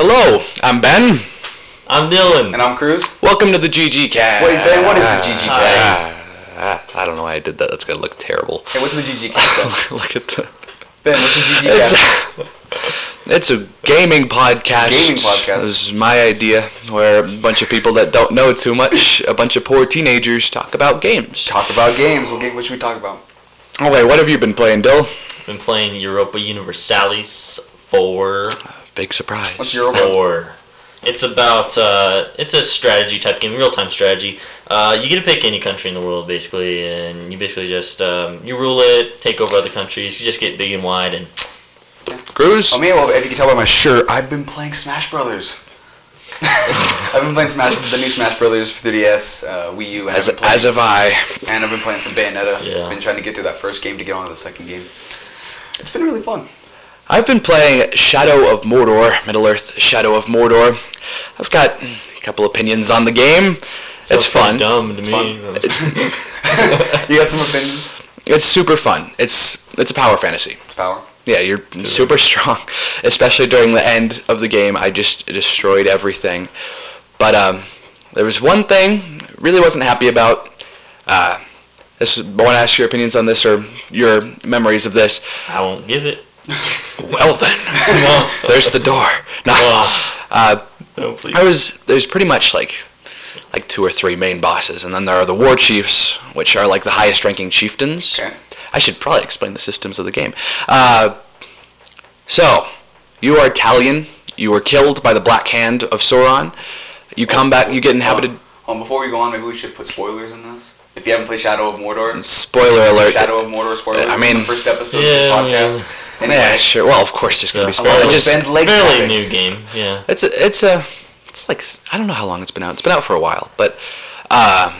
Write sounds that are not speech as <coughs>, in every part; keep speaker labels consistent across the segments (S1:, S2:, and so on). S1: Hello, I'm Ben.
S2: I'm Dylan.
S3: And I'm Cruz.
S1: Welcome to the GG Cast.
S3: Wait, Ben, what is the GG
S1: Ah, I don't know why I did that. That's gonna look terrible. <laughs>
S3: Hey, what's the GG cast?
S1: look at the.
S3: ben, what's the GG cast?
S1: It's, it's a gaming podcast.
S3: Gaming podcast.
S1: This is my idea, where a bunch of people that don't know too much, a bunch of poor teenagers, talk about games.
S3: Talk about games. We'll get what should we talk about?
S1: Okay, what have you been playing, Dill?
S2: Been playing Europa Universalis 4.
S1: Big surprise.
S3: What's your overall?
S2: 4. It's about, uh, it's a strategy type game, real time strategy. Uh, you get to pick any country in the world, basically, and you basically just, um, you rule it, take over other countries, you just get big and wide, and
S1: Cruz?
S3: Oh, me, well, if you can tell by my shirt, I've been playing Smash Brothers. <laughs> I've been playing Smash, the new Smash Brothers for 3DS, uh, Wii U, and,
S1: As,
S3: I've been playing,
S1: as have I.
S3: and I've been playing some Bayonetta.
S2: Yeah.
S3: Been trying to get through that first game to get on to the second game. It's been really fun.
S1: I've been playing Shadow of Mordor, Middle Earth Shadow of Mordor. I've got a couple opinions on the game. it's
S2: sounds kinda
S1: fun.
S2: dumb to me.
S3: You got some opinions?
S1: It's super fun. It's it's a power fantasy.
S3: Power.
S1: Yeah, you're super <laughs> strong, especially during the end of the game. I just destroyed everything. But um, there was one thing I really wasn't happy about. Uh, this, I want to ask your opinions on this or your memories of this.
S2: I won't give
S3: <laughs>
S2: it. <laughs>
S1: Well then,
S2: No,
S1: there's the door. No.
S2: Ugh.
S1: Uh,
S2: no, ah. Oh, please.
S1: I was there's pretty much like like two or three main bosses, and then there are the war chiefs, which are like the highest ranking chieftains.
S3: Okay.
S1: I should probably explain the systems of the game. Uh, so, you are Italian. You were killed by the Black Hand of Sauron. You come back. You get inhabited.
S3: Um, before we go on, maybe we should put spoilers in this. If you haven't played Shadow of Mordor,
S1: Spoiler alert.
S3: Oh. Shadow of Mordor spoilers.
S1: I
S3: in
S1: mean-
S3: the first episode
S2: Yeah,
S3: of this podcast.
S2: yeah.
S3: Anyway,
S1: Yeah, sure. Well, of course there's gonna be
S2: Yeah.
S1: spoilers.
S2: Along with
S1: Just-
S3: Ben's leg
S2: Fairly
S3: topic.
S2: new game, yeah.
S1: It's a, it's a, it's like s- I don't know how long it's been out. It's been out for a while, but uh,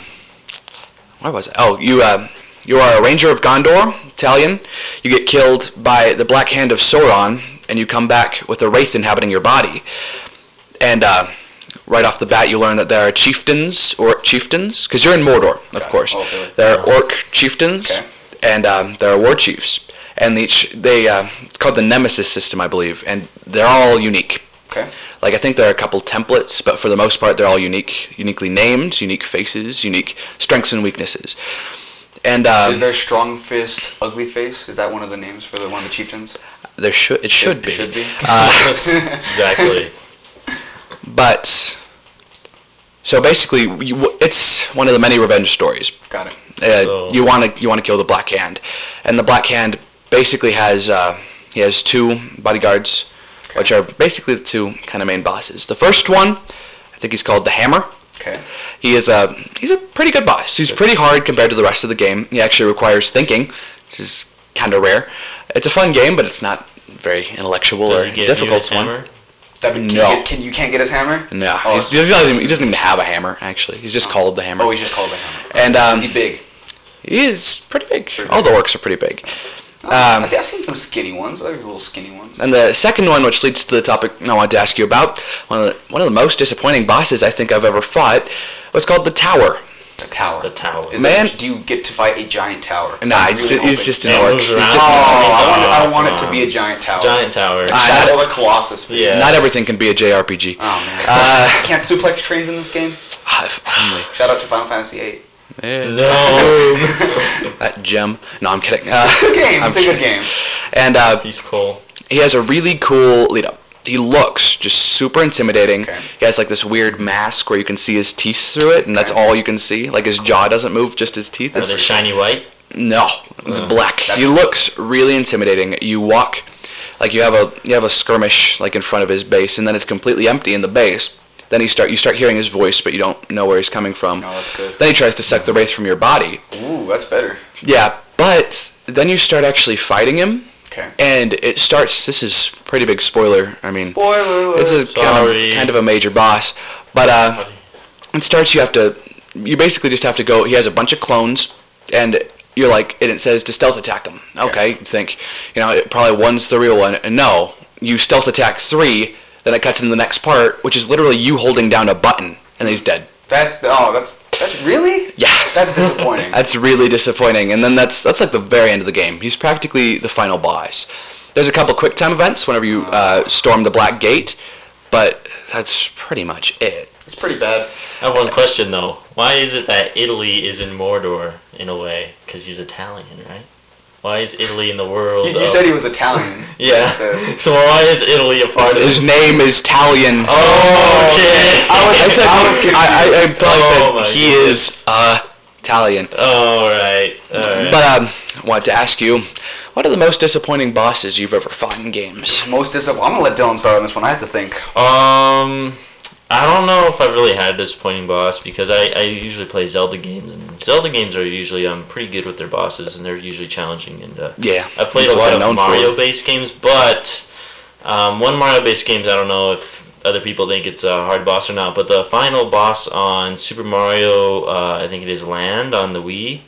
S1: where was I? Oh, you uh, you are a ranger of Gondor, Italian. You get killed by the Black Hand of Sauron, and you come back with a wraith inhabiting your body. And uh, right off the bat, you learn that there are chieftains or chieftains, because you're in Mordor, of
S3: it.
S1: course.
S3: Oh, really?
S1: There are orc chieftains,
S3: Okay.
S1: and um, there are war chiefs. And each they uh, it's called the Nemesis system, I believe, and they're all unique.
S3: Okay.
S1: Like I think there are a couple templates, but for the most part, they're all unique, uniquely named, unique faces, unique strengths and weaknesses. And um,
S3: Is there strong fist, ugly face? Is that one of the names for the one of the chieftains?
S1: there should it should
S3: It
S1: be, Uh,
S3: Should be.
S2: <laughs> exactly.
S3: <laughs>
S1: but so basically, you, it's one of the many revenge stories.
S3: Got it.
S1: Uh,
S2: So-
S1: You want to you want to kill the Black Hand, and the Black Hand basically has uh, he has two bodyguards, which are basically the two kind of main bosses. The first one, I think he's called the Hammer.
S3: Okay.
S1: He is a he's a pretty good boss. He's pretty hard compared to the rest of the game. He actually requires thinking, which is kind of rare. It's a fun game, but it's not very intellectual
S2: Does
S1: or
S2: he give you
S1: difficult
S2: his
S1: one.
S2: hammer?
S3: That can,
S1: No.
S3: You get, can you can't get his hammer?
S1: No,
S3: Oh,
S1: he's, he
S3: it's-
S1: doesn't, even, he doesn't even have a hammer. Actually, he's just called the hammer.
S3: oh, he's just called the hammer.
S1: and um,
S3: is he big?
S1: he's pretty big.
S3: Pretty
S1: All the orcs are pretty big.
S3: I
S1: Um,
S3: think I've seen some skinny ones. There's little skinny ones.
S1: and the second one, which leads to the topic I wanted to ask you about, one of the, one of the most disappointing bosses I think I've ever fought was called the Tower.
S3: The tower.
S2: The tower.
S3: Is
S1: Man.
S3: It, do you get to fight a giant tower? 'Cause
S1: Nah,
S3: I'm
S1: he's,
S3: really
S1: ju- he's
S3: hoping-
S1: just
S2: Yeah,
S1: an
S2: it
S1: orc.
S2: moves
S1: He's
S2: around.
S1: just
S3: <laughs> Oh,
S1: an orc.
S3: I want, I want it
S2: Come
S3: to be a giant tower. Uh,
S2: Giant tower.
S1: Ah,
S3: Shadow of the Colossus. please.
S2: Yeah.
S1: Not everything can be a JRPG.
S3: Oh man.
S1: Uh,
S3: Can't suplex trains in this game.
S1: Ah, if only.
S3: Shout out to Final Fantasy VIII.
S2: No.
S1: That gem. No, I'm kidding. Uh,
S3: Good game.
S1: I'm
S3: It's a good
S1: kidding.
S3: game.
S1: And uh,
S2: He's cool.
S1: he has a really cool lead up. He looks just super intimidating.
S3: Okay.
S1: He has like this weird mask where you can see his teeth through it, and that's all you can see. Like his jaw doesn't move, just his teeth.
S2: Are they
S1: It's,
S2: shiny white?
S1: no, it's
S2: Uh,
S1: black. He looks really intimidating. You walk, like you have a you have a skirmish like in front of his base, and then it's completely empty in the base. Then he start you start hearing his voice, but you don't know where he's coming from.
S3: No, Oh, that's good.
S1: Then he tries to suck the wraith from your body.
S3: Ooh, that's better.
S1: Yeah, but then you start actually fighting him,
S3: Okay.
S1: and it starts. This is pretty big spoiler. I mean,
S3: Spoiler alert.
S1: it's a kind of,
S2: Sorry.
S1: kind of a major boss, but uh, it starts. You have to. You basically just have to go. He has a bunch of clones, and you're like, and it says to stealth attack him. Okay, you think, you know, it probably one's the real one. And no, you stealth attack three, then it cuts into the next part, which is literally you holding down a button, and he's dead.
S3: That's oh, that's that's really.
S1: Yeah. <laughs>
S3: That's disappointing.
S1: That's really disappointing. And then that's that's like the very end of the game. He's practically the final boss. There's a couple quick time events whenever you uh, storm the Black Gate, But that's pretty much it.
S3: It's pretty bad.
S2: I have one question though. Why is it that Italy is in Mordor in a way? Because he's Italian, right? Why is Italy in the world?
S3: You, you
S2: of-
S3: said he
S1: <laughs>
S3: was Italian.
S2: yeah.
S3: So.
S2: <laughs> So why is Italy a part of
S1: His
S2: this?
S1: name is Talian.
S2: Oh, okay.
S3: <laughs> I was-
S1: I said
S3: I was confused.
S1: I, I, I probably
S2: Oh, my
S1: said he is uh, Italian.
S2: all right. All right.
S1: But um, I wanted to ask you, what are the most disappointing bosses you've ever fought in games?
S3: Most disappointing. I'm gonna let Dylan start on this one. I have to think.
S2: Um, I don't know if I've really had a disappointing boss because I, I usually play Zelda games and Zelda games are usually um pretty good with their bosses and they're usually challenging and uh,
S1: Yeah.
S2: I've played
S1: That's
S2: a
S1: what
S2: lot
S1: they're known
S2: of
S1: for.
S2: Mario-based games, but um, one Mario-based games, I don't know if other people think it's a hard boss or not, but the final boss on Super Mario, uh, I think it is Land on the Wii,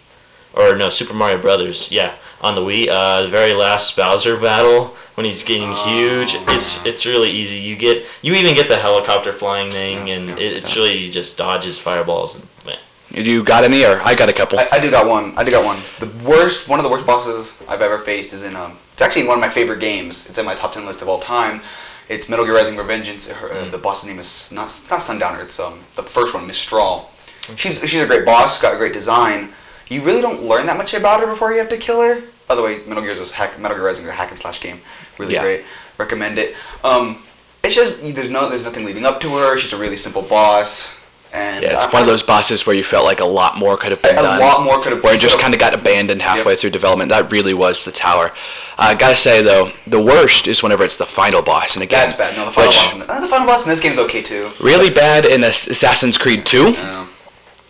S2: or no, Super Mario Brothers, yeah, on the Wii, uh, the very last Bowser battle when he's getting huge, it's it's really easy. You get you even get the helicopter flying thing, and
S3: yeah,
S2: it, it's really just dodges fireballs and. meh.
S1: You got any, or I got a couple.
S3: I, I do got one. I do got one. The worst, one of the worst bosses I've ever faced is in um. It's actually in one of my favorite games. It's in my top ten list of all time. It's Metal Gear Rising: Revengeance. Her,
S1: Hmm.
S3: uh, the boss's name is not it's not Sundowner. It's um the first one, Miss Strahl.
S1: Hmm.
S3: She's she's a great boss. Got a great design. You really don't learn that much about her before you have to kill her. By the way, Metal Gear's was hack. Metal Gear Rising is a hack and slash game. Really
S1: Yeah.
S3: great. Recommend it. Um, it's just there's no there's nothing leading up to her. She's a really simple boss. And
S1: yeah, it's
S3: I-
S1: one of those bosses where you felt like a lot more could have been
S3: a
S1: done.
S3: lot more could have
S1: where it just kind of got abandoned halfway
S3: Yep.
S1: through development. That really was the tower. I gotta say though, the worst is whenever it's the final boss, and again,
S3: That's bad. No, the final
S1: which-
S3: boss. In the, uh, the final boss in this game's okay too.
S1: Really bad in Ass- Assassin's Creed 2.
S3: No.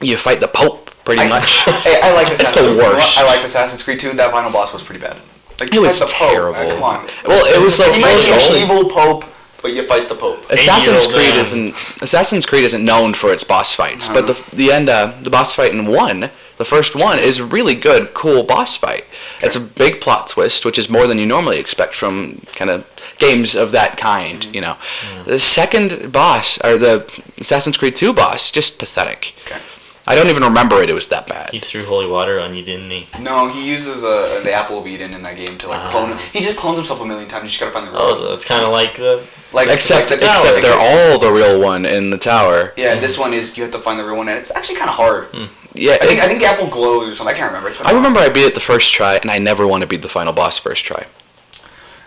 S1: You fight the Pope pretty
S3: I,
S1: much.
S3: <laughs> hey, I liked
S1: It's
S3: Assassin's
S1: the
S3: Creed.
S1: worst.
S3: I liked Assassin's Creed 2. That final boss was pretty bad. Like,
S1: It was
S3: that's the Pope.
S1: terrible.
S3: Uh, come on.
S1: Well, it was like
S3: He
S1: it
S3: might
S1: was
S3: be an
S1: old.
S3: evil Pope, but you fight the Pope.
S1: Assassin's
S2: Eight-year-old
S1: Creed
S2: man.
S1: isn't Assassin's Creed isn't known for its boss fights, but
S3: Uh-huh.
S1: the the end uh, the boss fight in one, the first one is a really good, cool boss fight. It's a big plot twist, which is more than you normally expect from kind of games of that kind.
S3: Mm-hmm.
S1: You know, the second boss or the Assassin's Creed Two boss just pathetic.
S3: Okay.
S1: I don't even remember it. It was that bad.
S2: He threw holy water on you, didn't he?
S3: No, he uses uh, the apple of Eden in that game to
S1: Ah.
S3: like clone. He just clones himself a million times. You just gotta find the real.
S2: Oh, that's kind of like the
S3: Like
S1: Except
S3: like the tower.
S1: except they're all the real one in the tower.
S3: Yeah, this one is you have to find the real one, and it's actually kind of hard.
S1: Yeah,
S3: I think
S1: Hmm. it's-
S3: I think the apple glows or something. I can't remember. It's been
S1: I
S3: a while.
S1: remember I beat it the first try, and I never want to beat the final boss first try.
S3: It's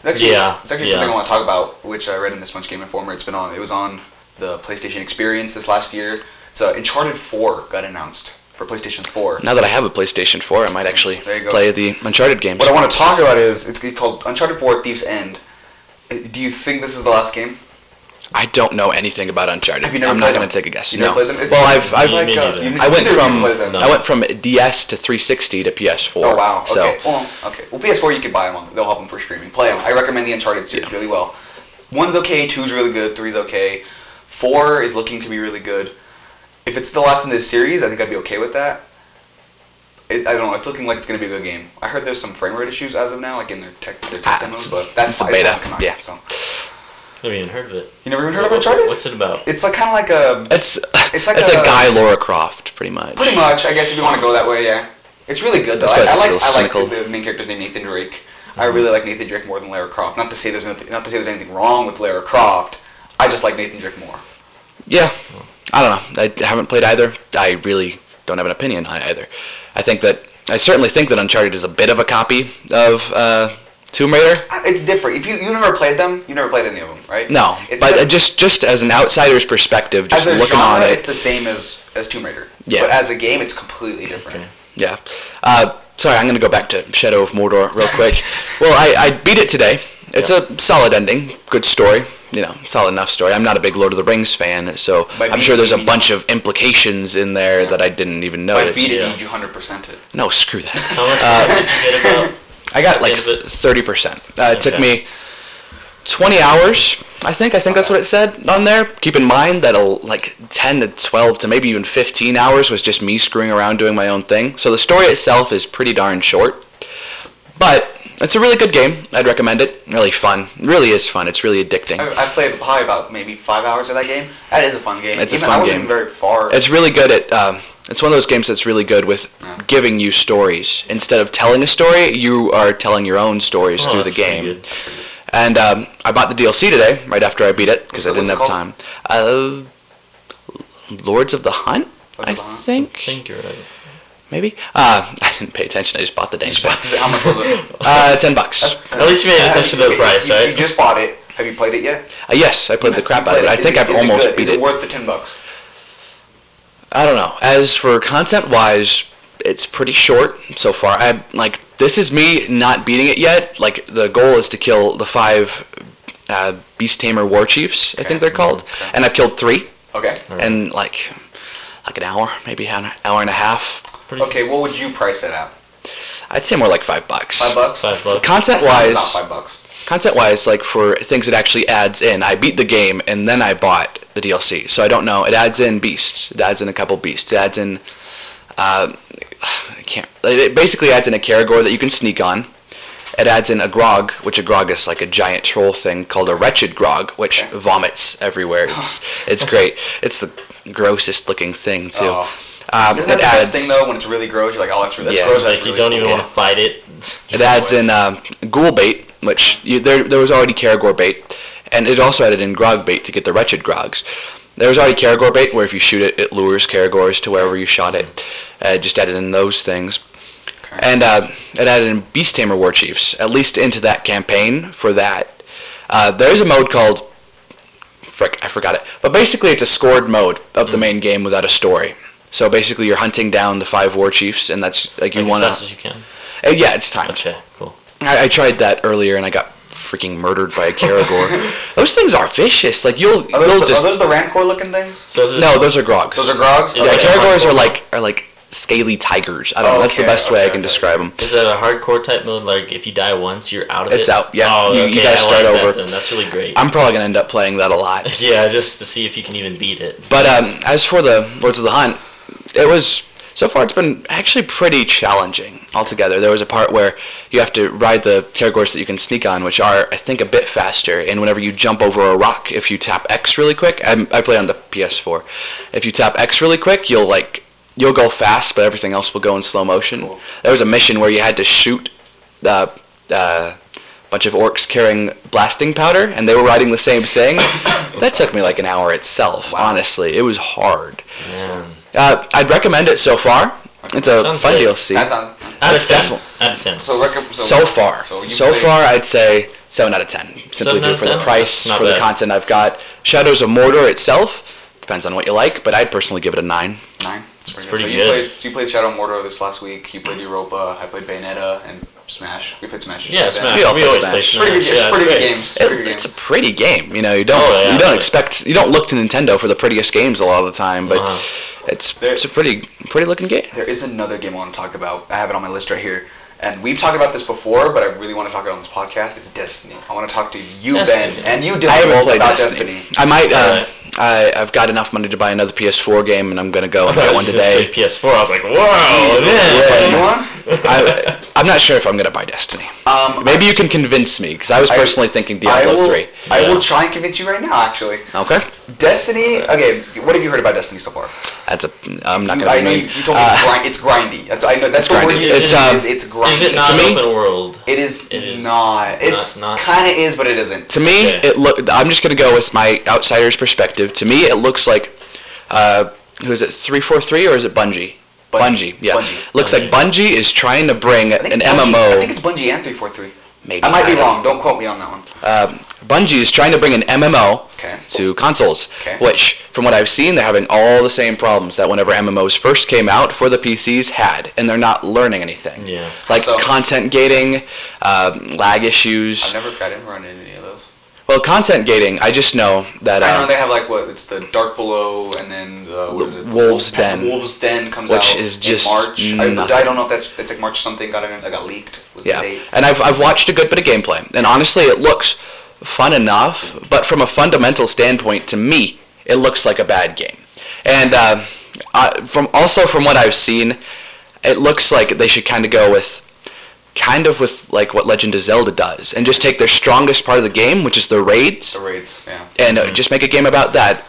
S3: actually,
S2: Yeah,
S3: it's actually
S2: yeah.
S3: something I want to talk about, which I read in this month's Game Informer. It's been on. It was on the PlayStation Experience this last year. It's uh, Uncharted Four got announced for PlayStation Four.
S1: Now that I have a PlayStation 4, I might actually
S3: There you go.
S1: play the Uncharted games.
S3: What I want to talk about is it's called Uncharted Four: Thief's End. Uh, Do you think this is the last game?
S1: I don't know anything about Uncharted.
S3: Have you never
S1: I'm
S3: played
S1: not going
S3: them?
S1: to take a guess.
S3: You
S1: no.
S3: never played them? It's-
S1: Well, I've, I've
S2: Me
S3: like,
S2: neither.
S3: uh, you-
S1: I went
S3: neither of you
S1: from
S3: played them.
S2: No.
S1: I went from DS to 360 to PS4.
S3: Oh wow.
S1: So
S3: Okay. Well, okay. Well, PS4 you could buy them. They'll help them for streaming. Play them. I recommend the Uncharted series really well. One's okay. Two's really good. Three's okay. Four is looking to be really good. If it's the last in this series, I think I'd be okay with that. It, I don't know. It's looking like it's gonna be a good game. I heard there's some frame rate issues as of now, like in their tech, their
S1: Ah,
S3: test
S1: it's-
S3: demos, but that's
S1: it's a
S3: fine. It's
S1: beta,
S3: not come out
S1: yeah.
S3: yet, So
S2: I haven't even heard of it.
S3: you never even heard of Uncharted?
S2: What's it about?
S3: It's like kind of like a
S1: it's
S3: It's
S1: it's,
S3: like
S1: a,
S3: a-
S1: guy Laura Croft pretty much.
S3: pretty much. I guess if you want to go that way, yeah. It's really good though.
S1: I
S3: I,
S1: suppose it's
S3: I like
S1: real
S3: I like
S1: cynical.
S3: the, the main character's name Nathan Drake. I really like Nathan Drake more than Lara Croft. Not to say there's nothing, not to say there's anything wrong with Lara Croft. I just like Nathan Drake more.
S1: Yeah. I don't know. I haven't played either. I really don't have an opinion on either. I think that I certainly think that Uncharted is a bit of a copy of uh, Tomb Raider.
S3: I- It's different. If you you never played them, you never played any of them, right?
S1: No,
S3: It's
S1: but
S3: just-
S1: uh, just just as an outsider's perspective,
S3: as
S1: just
S3: a
S1: looking
S3: genre,
S1: on
S3: it's
S1: it,
S3: the same as as Tomb Raider.
S1: Yeah.
S3: But as a game, it's completely different.
S2: Okay.
S1: yeah. Uh, sorry, I'm gonna go back to Shadow of Mordor
S3: <laughs>
S1: real quick. well, I, I beat it today. It's a solid ending, good story. You know, solid enough story. I'm not a big Lord of the Rings fan, so
S3: By
S1: I'm
S3: beat
S1: sure
S3: it,
S1: there's
S3: you
S1: a
S3: mean-
S1: bunch of implications in there
S3: Yeah.
S1: that I didn't even
S3: If I
S1: notice.
S3: beat it,
S2: yeah.
S3: you hundred percent it.
S1: No, screw
S3: <laughs>
S1: that.
S2: How much did
S1: <laughs>
S2: you get about?
S1: I got like
S2: At the end of it?
S1: thirty percent. Uh, it took
S2: Okay.
S1: me twenty hours. I think. I think that's what it said on there. Keep in mind that a, like ten to twelve to maybe even fifteen hours was just me screwing around doing my own thing. So the story itself is pretty darn short, but it's a really good game. I'd recommend it. Really fun. It really is fun. It's really addicting.
S3: I, I played probably about maybe five hours of that game. That is a fun game.
S1: It's a
S3: even,
S1: fun
S3: I wasn't
S1: game.
S3: even very far.
S1: It's really good at. Um, it's one of those games that's really good with
S3: Yeah.
S1: giving you stories instead of telling a story. You are telling your own stories
S2: Oh,
S1: through the
S2: that's pretty
S1: game.
S2: good.
S1: Uh, And um, I bought the DLC today, right after I beat it, because I
S3: What's
S1: didn't
S3: the-
S1: have
S3: what's
S1: time. Uh, Lords of the Hunt,
S3: Lords
S1: I
S3: of the Hunt?
S2: I
S1: think.
S2: think you're right.
S1: Maybe. Uh, <laughs> I didn't pay attention. I just bought the dang thing.
S3: How much was
S1: <laughs>
S3: it?
S1: Uh, ten bucks.
S2: At least you made attention to the
S3: You-
S2: price,
S3: you,
S2: right?
S3: You just bought it. Have you played it yet?
S1: Uh, yes, I played the crap out of it. I
S3: Is
S1: think I've
S3: is
S1: almost
S3: good?
S1: beat
S3: Is
S1: it.
S3: it worth the ten bucks?
S1: I don't know. As for content wise, it's pretty short so far. I like this is me not beating it yet. Like the goal is to kill the five uh, beast tamer war chiefs. I think
S3: Okay. Mm-hmm.
S1: they're called,
S3: Okay.
S1: and I've killed three
S3: Okay.
S1: in Mm-hmm. like like an hour, maybe an hour and a half.
S2: Pretty
S3: Okay. What would you price that at?
S1: I'd say more like five bucks.
S3: Five bucks.
S2: Five bucks.
S1: Content
S3: It's not- it's
S1: wise,
S3: not five bucks.
S1: content wise, like for things it actually adds in. I beat the game and then I bought the DLC, so I don't know. It adds in beasts. It adds in a couple beasts. It adds in. Uh, I can't. It basically adds in a Karagor that you can sneak on. It adds in a Grog, which a Grog is like a giant troll thing called a Wretched Grog, which
S3: Okay.
S1: vomits everywhere. It's it's great. It's the grossest looking thing too.
S3: Oh.
S1: Um,
S3: Isn't that
S1: it
S3: the
S1: adds.
S3: best thing though? When it's really gross, you're like, oh, that's really that's
S1: Yeah,
S3: gross.
S2: Like
S3: that's
S2: you
S3: really
S2: don't even
S3: cool.
S2: want to fight it.
S1: It adds in um, ghoul bait, which you, there, there was already Karagor bait, and it also added in grog bait to get the wretched grogs. There was already Karagor bait, where if you shoot it, it lures Karagors to wherever you shot it. Uh, it just added in those things. And uh, it added in Beast Tamer War Chiefs, at least into that campaign for that. Uh, there's a mode called. Frick, I forgot it. But basically, it's a scored mode of
S3: Mm.
S1: the main game without a story. So basically, you're hunting down the five war chiefs, and that's like you
S2: Like,
S1: want
S2: as fast
S1: to.
S2: as you can.
S1: Uh, Yeah, it's time.
S2: Okay, cool.
S1: I, I tried that earlier and I got freaking murdered by a
S3: <laughs>
S1: Caragor. those things are vicious. Like you'll
S3: Are those,
S1: you'll
S3: the,
S1: just
S3: are those the Rancor looking things?
S2: So is it,
S1: no, those are grogs.
S3: Those are grogs.
S2: Yeah,
S1: yeah,
S2: okay.
S1: Caragors are like are like scaly tigers. I don't know. That's the
S3: Oh, Okay,
S1: best way I
S3: okay,
S1: can
S3: okay.
S1: describe them.
S2: Is that a hardcore type mode? Like if you die once, you're out of it.
S1: It's out, yeah.
S2: Oh,
S1: You- you
S2: okay.
S1: gotta
S2: I
S1: start
S2: like
S1: over.
S2: That, then. That's really great.
S1: I'm probably gonna end up playing that a lot.
S2: yeah, just to see if you can even beat it.
S1: But um, as for the Lords of the Hunt, it was so far it's been actually pretty challenging altogether. There was a part where you have to ride the Karagors that you can sneak on, which are I think a bit faster. And whenever you jump over a rock, if you tap X really quick, I, I play on the PS4. If you tap X really quick, you'll like you'll go fast, but everything else will go in slow motion.
S3: Cool.
S1: There was a mission where you had to shoot uh, uh, bunch of orcs carrying blasting powder, and they were riding the same thing. <coughs> that took me like an hour itself. Honestly, it was hard.
S2: Man.
S1: Uh, I'd recommend it so far. It's a
S2: Sounds
S1: fun
S2: good.
S1: DLC.
S3: That's not.
S2: Out of
S1: That's
S2: ten.
S1: definitely-
S2: Out of ten.
S3: So, rec- so,
S1: so far,
S3: So,
S1: so,
S3: you played-
S1: far, I'd say seven out of ten. Simply
S2: Seven out
S1: due
S2: of
S1: for the
S2: 10?
S1: price,
S2: Not
S1: for the
S2: bad.
S1: content I've got. Shadows of Mordor itself depends on what you like, but I'd personally give it a nine.
S3: Nine. It's pretty,
S2: pretty good.
S3: so You played, so you played Shadow Mordor this last week. You played Europa. I played Bayonetta and Smash. We played Smash.
S2: yeah,
S3: Then-
S2: Smash.
S1: We
S2: We,
S1: all play
S2: always
S1: Smash.
S2: play
S1: It's
S2: Smash.
S3: Pretty good.
S2: yeah,
S3: it's
S2: it's
S3: pretty
S2: great.
S3: good games.
S1: It-
S3: pretty good
S1: it's a
S3: games.
S1: pretty game. You know, you don't
S2: Oh, yeah,
S1: you don't
S2: but-
S1: expect you don't look to Nintendo for the prettiest games a lot of the time, but
S2: Uh-huh.
S1: it's
S3: There-
S1: it's a pretty pretty looking game.
S3: There is another game I want to talk about. I have it on my list right here. And we've talked about this before, but I really want to talk about it on this podcast. It's Destiny. I want to talk to you,
S2: Destiny.
S3: Ben, and you,
S1: I
S3: Dylan,
S1: haven't played
S3: about
S1: Destiny.
S3: Destiny.
S1: I might. Uh,
S2: Alright.
S1: I I've got enough money to buy another PS4 game, and I'm gonna go
S2: I
S1: and
S2: thought
S1: get
S2: I
S1: one
S2: was just gonna
S1: today.
S2: say PS4. I was like, wow,
S1: <laughs> Yeah.
S2: man.
S3: You want?
S1: I, I'm not sure if I'm gonna buy Destiny.
S3: Um,
S1: Maybe you can convince me, because I was
S3: I-
S1: personally thinking Diablo
S3: I will,
S1: 3.
S3: I
S2: Yeah.
S3: will try and convince you right now, actually.
S1: Okay,
S3: Destiny. Okay, what have you heard about Destiny so far?
S1: that's a. I'm not
S3: You-
S1: gonna.
S3: I know
S1: name-
S3: you, you told me
S1: uh,
S3: it's, grind, it's grindy. That's I know. That's
S1: It's
S3: the word
S1: grindy.
S3: you
S1: It's,
S3: used.
S1: um,
S3: is, it's grindy.
S2: Is it
S1: not
S2: not
S1: me?
S2: open world?
S3: It is,
S2: It is
S3: not. It's
S2: not-
S3: kind of is, but it isn't.
S1: To me,
S2: Okay.
S1: it look. I'm just gonna go with my outsider's perspective. To me, it looks like, uh, who is it? Three four three, or is it Bungie?
S3: Bungie.
S1: Bungie. Yeah.
S3: Bungie.
S1: Looks like Bungie is trying to bring
S3: I think
S1: an
S3: it's Bungie. I think
S1: MMO.
S3: it's Bungie and three four three.
S1: Maybe
S3: I might be
S1: don't-
S3: wrong. Don't quote me on that one.
S1: Um Bungie is trying to bring an MMO
S3: Okay.
S1: to consoles,
S3: Okay.
S1: which, from what I've seen, they're having all the same problems that whenever MMOs first came out for the PCs had, and they're not learning anything.
S2: Yeah.
S1: Like
S3: So-
S1: content gating, um, lag
S3: I've
S1: issues.
S3: never I didn't run into any of those.
S1: Well, content gating, I just know that.
S3: I know
S1: Uh,
S3: they have like what it's the Dark Below and then the what is it?
S1: Wolves Den.
S3: Wolves Den comes
S1: Which
S3: out
S1: is
S3: in
S1: just
S3: March. I,
S1: nothing.
S3: I don't know if that's it's like March something got in, that got leaked. Was the
S1: yeah,
S3: date?
S1: and I've I've watched a good bit of gameplay, and honestly, it looks fun enough. But from a fundamental standpoint, to me, it looks like a bad game. And uh, I, from also from what I've seen, it looks like they should kind of go with kind of with like what Legend of Zelda does, and just take their strongest part of the game, which is the raids,
S3: The raids. Yeah.
S1: and uh, just make a game about that.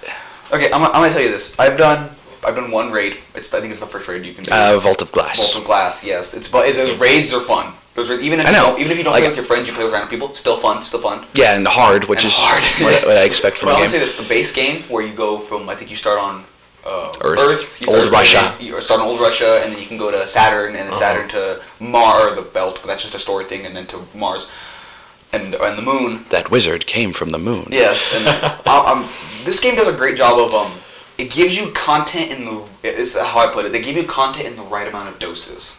S3: Okay, I'm, I'm gonna tell you this. I've done I've done one raid. It's I think it's the first raid you can do.
S1: Uh, Vault of Glass.
S3: Vault of Glass. Yes, it's but the raids are fun. Those are, even if
S1: I
S3: You
S1: know.
S3: don't, even if you don't
S1: Like-
S3: play with your friends, you play with random people. Still fun. Still fun.
S1: Yeah, and hard, which
S3: And
S1: is
S3: hard.
S1: <laughs> what, what I expect from
S3: <laughs> Well, I
S1: a
S3: would say
S1: game.
S3: that's the base game where you go from. I think you start on uh,
S1: Earth.
S3: Earth, you
S1: Old
S3: start-
S1: Russia.
S3: You start on Old Russia, and then you can go to Saturn, and then
S2: Uh-huh.
S3: Saturn to Mars, the belt. But that's just a story thing, and then to Mars, and and the moon.
S1: That wizard came from the moon.
S3: Yes, and I, um, this game does a great job of um, it gives you content in the. This is how I put it. They give you content in the right amount of doses.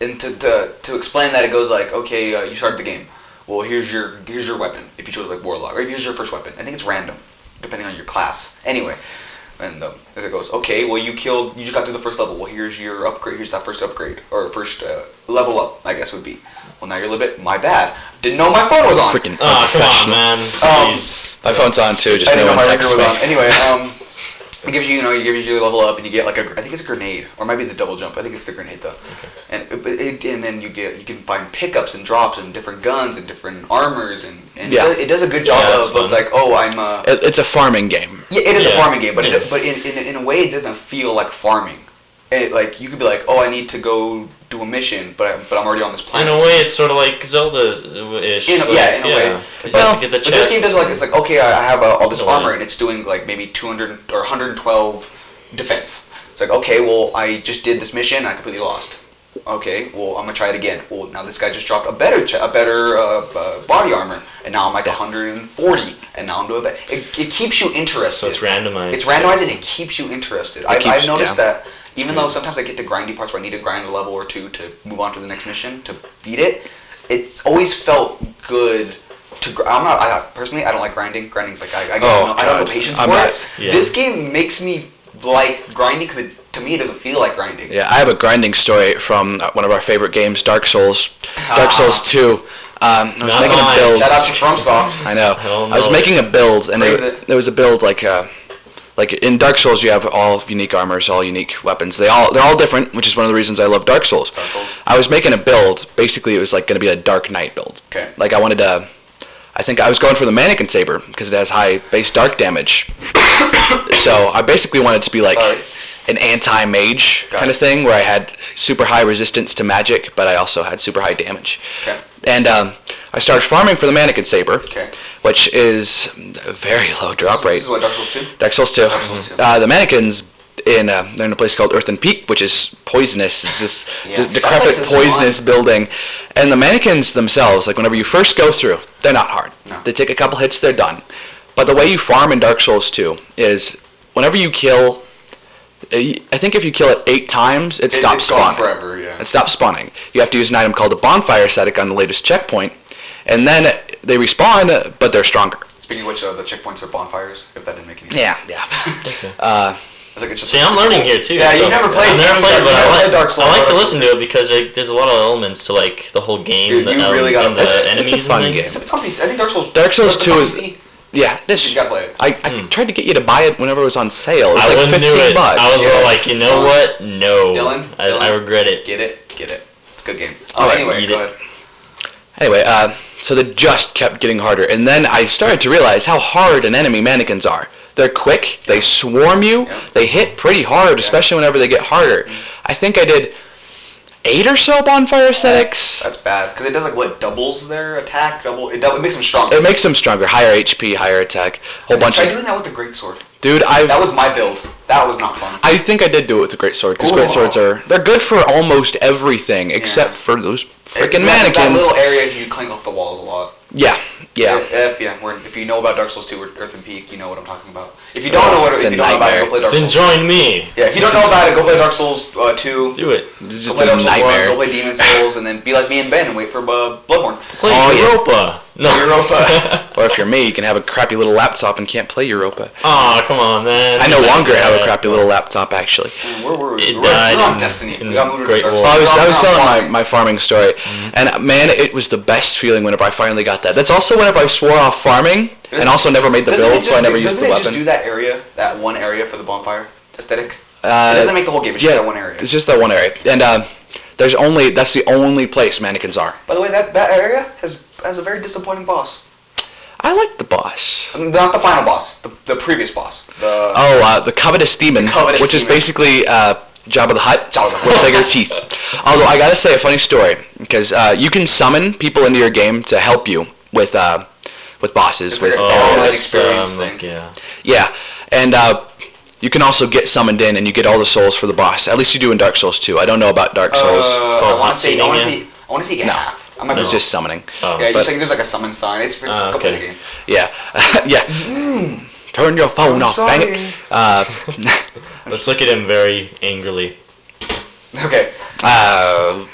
S3: And to to, to explain that, it goes like, okay, uh, you start the game. Well, here's your here's your weapon. If you chose like warlock, or here's your first weapon. I think it's random, depending on your class. Anyway. And um, as it goes, okay, well, you killed, you just got through the first level. Well, here's your upgrade, here's that first upgrade, or first uh, level up, I guess would be. Well, now you're a little bit, my bad. Didn't know my phone was on.
S1: Freaking
S2: Oh, come
S1: unprofessional.
S2: on, man.
S3: Um,
S2: Jeez.
S1: My phone's on too, just
S3: I
S1: no one
S3: didn't know my ringer
S1: texts
S3: was
S1: me.
S3: on. Anyway, um, it gives you, you know, you gives you your level up, and you get like a, gr- I think it's a grenade, or maybe the double jump. I think it's the grenade though. And it, it, and then you get you can find pickups and drops and different guns and different armors and, and
S1: Yeah.
S3: it, does, it does a good job
S2: Yeah, that's
S3: of of it's
S2: fun.
S3: like oh I'm uh,
S1: It, it's a farming game.
S3: yeah it is
S2: Yeah.
S3: a farming game, but
S2: Yeah.
S3: it, but in, in in a way it doesn't feel like farming. It, like you could be like oh I need to go do a mission, but I, but I'm already on this
S2: In
S3: planet.
S2: a way, it's sort of like Zelda-ish.
S3: In a-
S2: like,
S3: yeah, in a way.
S2: Because
S1: Well,
S2: you have to get the
S3: But this
S2: chest
S3: game does like
S2: and-
S3: it's like okay, I I have uh, all this
S2: Go on.
S3: armor and it's doing like maybe 200 or 112 defense. It's like okay, well I just did this mission, and I completely lost. Okay, well I'm gonna try it again. Well now this guy just dropped a better ch- a better uh, uh, body armor, and now I'm like 140, and now I'm doing better. It, it keeps you interested.
S2: So it's randomized.
S3: It's randomized and it keeps you interested. I,
S1: keeps-
S3: I've noticed
S1: yeah.
S3: that even though sometimes I get to grindy parts where I need to grind a level or two to move on to the next mission to beat it, it's always felt good. To gr- I'm not I, personally I don't like grinding. Grinding's like I, I,
S1: Oh,
S3: don't, I don't have
S1: God.
S3: the patience
S1: I'm
S3: for
S1: not-
S3: it.
S2: Yeah.
S3: This game makes me like grinding because it to me it doesn't feel like grinding.
S1: Yeah, I have a grinding story from one of our favorite games, Dark Souls. Dark Souls 2. Um, I was
S2: Not
S1: making
S2: mine.
S1: a build.
S3: Ah. oh, Shout out to FromSoft.
S1: I know.
S2: Hell
S1: I was
S2: no.
S1: making a build, and
S3: Praise
S1: there,
S3: it.
S1: there was a build like, uh, like in Dark Souls, you have all unique armors, all unique weapons. They all they're all different, which is one of the reasons I love Dark Souls.
S3: Dark Souls.
S1: I was making a build. Basically, it was like going to be a Dark Knight build.
S3: Okay.
S1: Like I wanted to. I think I was going for the mannequin saber because it has high base dark damage. <coughs> so I basically wanted to be like
S3: Sorry.
S1: an anti mage
S3: Got
S1: kind of
S3: it.
S1: thing where I had super high resistance to magic, but I also had super high damage.
S3: Okay.
S1: And um, I started farming for the mannequin saber,
S3: Okay.
S1: which is a very low drop rate.
S3: This is what Dark Souls 2.
S1: Dark Souls 2.
S3: Dark Souls 2.
S1: Uh, the mannequins in uh, they're in a place called Earthen Peak, which is poisonous. It's just
S3: Yeah.
S1: de-
S3: That
S1: decrepit,
S3: place is
S1: poisonous building. And the mannequins themselves, like whenever you first go through, they're not hard.
S3: No.
S1: They take a couple hits, they're done. But the way you farm in Dark Souls 2 is whenever you kill, uh, I think if you kill it eight times, it,
S3: It-
S1: stops
S3: it's gone
S1: spawning
S3: forever. Yeah.
S1: and stop spawning. You have to use an item called a bonfire static on the latest checkpoint, and then they respawn, uh, but they're stronger.
S3: Speaking of which, uh, the checkpoints are bonfires. If that didn't make any sense.
S1: yeah.
S3: It's like, it's just,
S2: See, I'm
S3: it's
S2: learning
S3: cool.
S2: here too.
S3: Yeah,
S2: so-
S3: you never played.
S2: I've never
S3: you
S2: played, but
S3: never
S2: I
S3: played
S2: like,
S3: Dark Souls.
S2: I like to
S3: Dark
S2: listen to it because like, there's a lot of elements to like the whole game,
S3: Dude,
S2: the,
S3: you really
S2: ele-
S3: gotta-
S2: and the
S1: It's- it's a
S2: enemies
S1: fun
S2: and
S1: game.
S2: things.
S3: It's on PC. I think Dark Souls.
S1: Dark Souls
S3: Dark
S1: 2 is-
S3: PC.
S1: <laughs> Yeah, this,
S3: You gotta play it.
S1: I, I tried to get you to buy it whenever it was on sale. It was
S2: Hmm. I
S1: like
S2: wouldn't do
S1: 15
S2: it.
S1: bucks.
S2: I was
S3: Yeah.
S2: all like, you know
S3: Dylan.
S2: what? No,
S3: Dylan,
S2: I, I
S3: Dylan.
S2: regret it.
S3: Get it, get it. It's a good game.
S1: All
S3: Oh,
S1: right,
S3: anyway,
S2: eat
S3: go
S2: it.
S3: ahead.
S1: Anyway, uh, so the just kept getting harder, and then I started to realize how hard an enemy mannequins are. They're quick, they swarm you,
S3: Yeah.
S1: they hit pretty hard, especially whenever they get harder. I think I did eight or so bonfire aesthetics.
S3: That's bad because it does like what doubles their attack. Double it, double, it makes them stronger.
S1: It makes them stronger, higher HP, higher attack, whole bunch
S3: Try
S1: of
S3: doing that with the great sword.
S1: dude. I
S3: That was my build. That was not fun.
S1: I think I did do it with the great sword because
S3: Ooh.
S1: great swords are they're good for almost everything except
S3: Yeah.
S1: for those
S3: It- that-
S1: freaking mannequins.
S3: That little area you cling off the walls a lot.
S1: Yeah, yeah.
S3: If, if- yeah, we're, if you know about Dark Souls 2 or Earth and Peak, you know what I'm talking about. If you don't know what
S1: It's
S3: if
S1: a
S3: you don't know about it,
S1: nightmare.
S3: go play Dark
S2: Then
S3: Souls.
S2: join me.
S3: Yeah, if you don't know about it, go play Dark Souls uh, 2.
S2: Do it.
S1: It's
S3: Go
S1: just
S3: play
S1: a
S3: Dark Souls 1, go
S1: nightmare.
S3: play Demon Souls, and then be like me and Ben and wait for uh, Bloodborne.
S2: Play
S1: Oh, yeah.
S2: Europa. No.
S3: Europa.
S1: Or if you're me, you can have a crappy little laptop and can't play Europa.
S2: <laughs> Aw, come on, man.
S1: I no
S2: Don't
S1: longer
S2: do
S1: have a
S2: that.
S1: crappy little laptop actually.
S3: Man, Where were we?
S2: It
S3: We were- we were
S2: died
S3: on
S2: in-
S3: Destiny.
S2: in
S3: we got moved
S2: Great
S3: to Dark
S2: War.
S1: Well,
S3: Souls.
S1: I was, I was
S3: Not Mm-hmm.
S1: telling
S3: farming.
S1: my, my farming story, and uh, man, it was the best feeling whenever I finally got that. That's also whenever I swore off farming and also never made the
S3: Doesn't it
S1: build, so I
S3: just-
S1: never used the
S3: Doesn't it just
S1: weapon.
S3: do that area, that one area for the bonfire aesthetic?
S1: Uh,
S3: it doesn't make the whole game. It's just that one area.
S1: It's just that one area, and uh, there's only that's the only place mannequins are.
S3: By the way, that, that area has has a very disappointing boss.
S1: I like the boss.
S3: Not the final boss, the, the previous boss. The
S1: Oh, uh, the covetous demon,
S3: Covetous
S1: which is
S3: Demon.
S1: basically uh, Jabba the Hutt
S3: Jabba the Hutt.
S1: with bigger
S3: <laughs>
S1: teeth. Although I gotta say a funny story because uh, you can summon people into your game to help you with uh, with bosses
S3: It's
S1: with
S3: like a
S1: all
S2: Oh,
S1: that-
S3: online
S2: that's,
S3: experience
S2: um,
S3: thing.
S2: like, yeah.
S1: yeah, and uh, you can also get summoned in and you get all the souls for the boss. At least you do in Dark Souls 2. I don't know about Dark Souls.
S3: Uh,
S2: called
S3: I
S2: hot
S3: want to see. I
S2: seating,
S3: want to
S2: yeah.
S3: see. I want to see
S1: No.
S3: half. I might be
S1: it's
S3: wrong.
S1: just summoning.
S2: Oh.
S3: Yeah,
S1: but-
S3: just like there's like a summon sign. It's, it's
S2: Ah,
S3: a couple of
S2: okay.
S3: the game.
S1: Yeah, <laughs> yeah. Turn your phone
S3: Hmm. I'm
S1: off. Bang
S3: sorry.
S1: it. Uh,
S2: Let's look at him very angrily.
S3: Okay.
S1: Uh,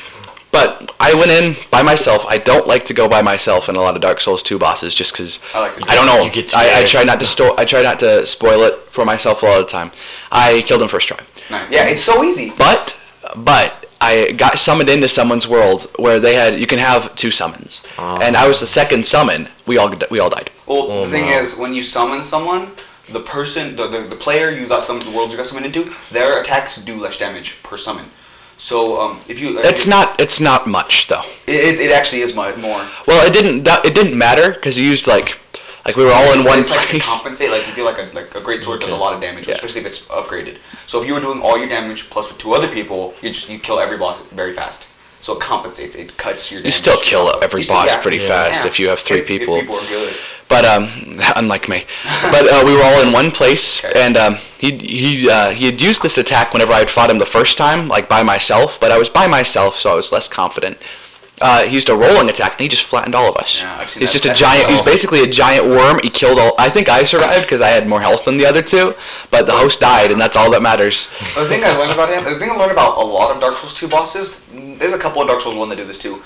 S1: but I went in by myself. I don't like to go by myself in a lot of Dark Souls 2 bosses just because
S3: I
S1: I,
S3: like it.
S1: don't know.
S2: You get
S1: I, I
S2: scared.
S1: try not to sto- I try not to spoil it for myself a lot of the time. I killed him first try,
S3: Nice. Yeah, it's so easy.
S1: but but I got summoned into someone's world where they had you can have two summons,
S2: Ah.
S1: and I was the second summon. We all we all died.
S3: Well,
S2: Oh,
S3: the thing
S2: no.
S3: is, when you summon someone, the person, the, the, the player you got summoned, the world you got summoned into, their attacks do less damage per summon. So um, if you,
S1: It's
S3: it,
S1: not it's not much though.
S3: It, it actually is mu- more.
S1: Well, it didn't that, it didn't matter because you used like like we were all in
S3: it's,
S1: one
S3: it's like to
S1: place.
S3: compensate. Like you feel like a like a great sword does a
S2: Okay.
S3: lot of damage,
S1: Yeah.
S3: especially if it's upgraded. So if you were doing all your damage plus with two other people, you just you kill every boss very fast. So it compensates. It cuts your.
S1: You
S3: damage.
S1: still kill every
S3: You still-
S1: boss
S3: yeah.
S1: pretty
S2: Yeah.
S1: fast if you have three
S3: If- if people are good.
S1: but um, <laughs> unlike me, but uh, we were all in one place,
S3: Okay.
S1: and um, he he uh, he had used this attack whenever I had fought him the first time, like by myself. But I was by myself, so I was less confident. Uh, he used a rolling attack, and he just flattened all of us.
S3: Yeah, I've seen
S1: he's
S3: that
S1: just a
S3: attack
S1: giant. He's
S3: before.
S1: basically a giant worm. He killed all. I think I survived because I had more health than the other two, but the host died, and that's all that matters.
S3: The thing I learned about him, the thing I learned about a lot of Dark Souls 2 bosses, there's a couple of Dark Souls 1 that do this too.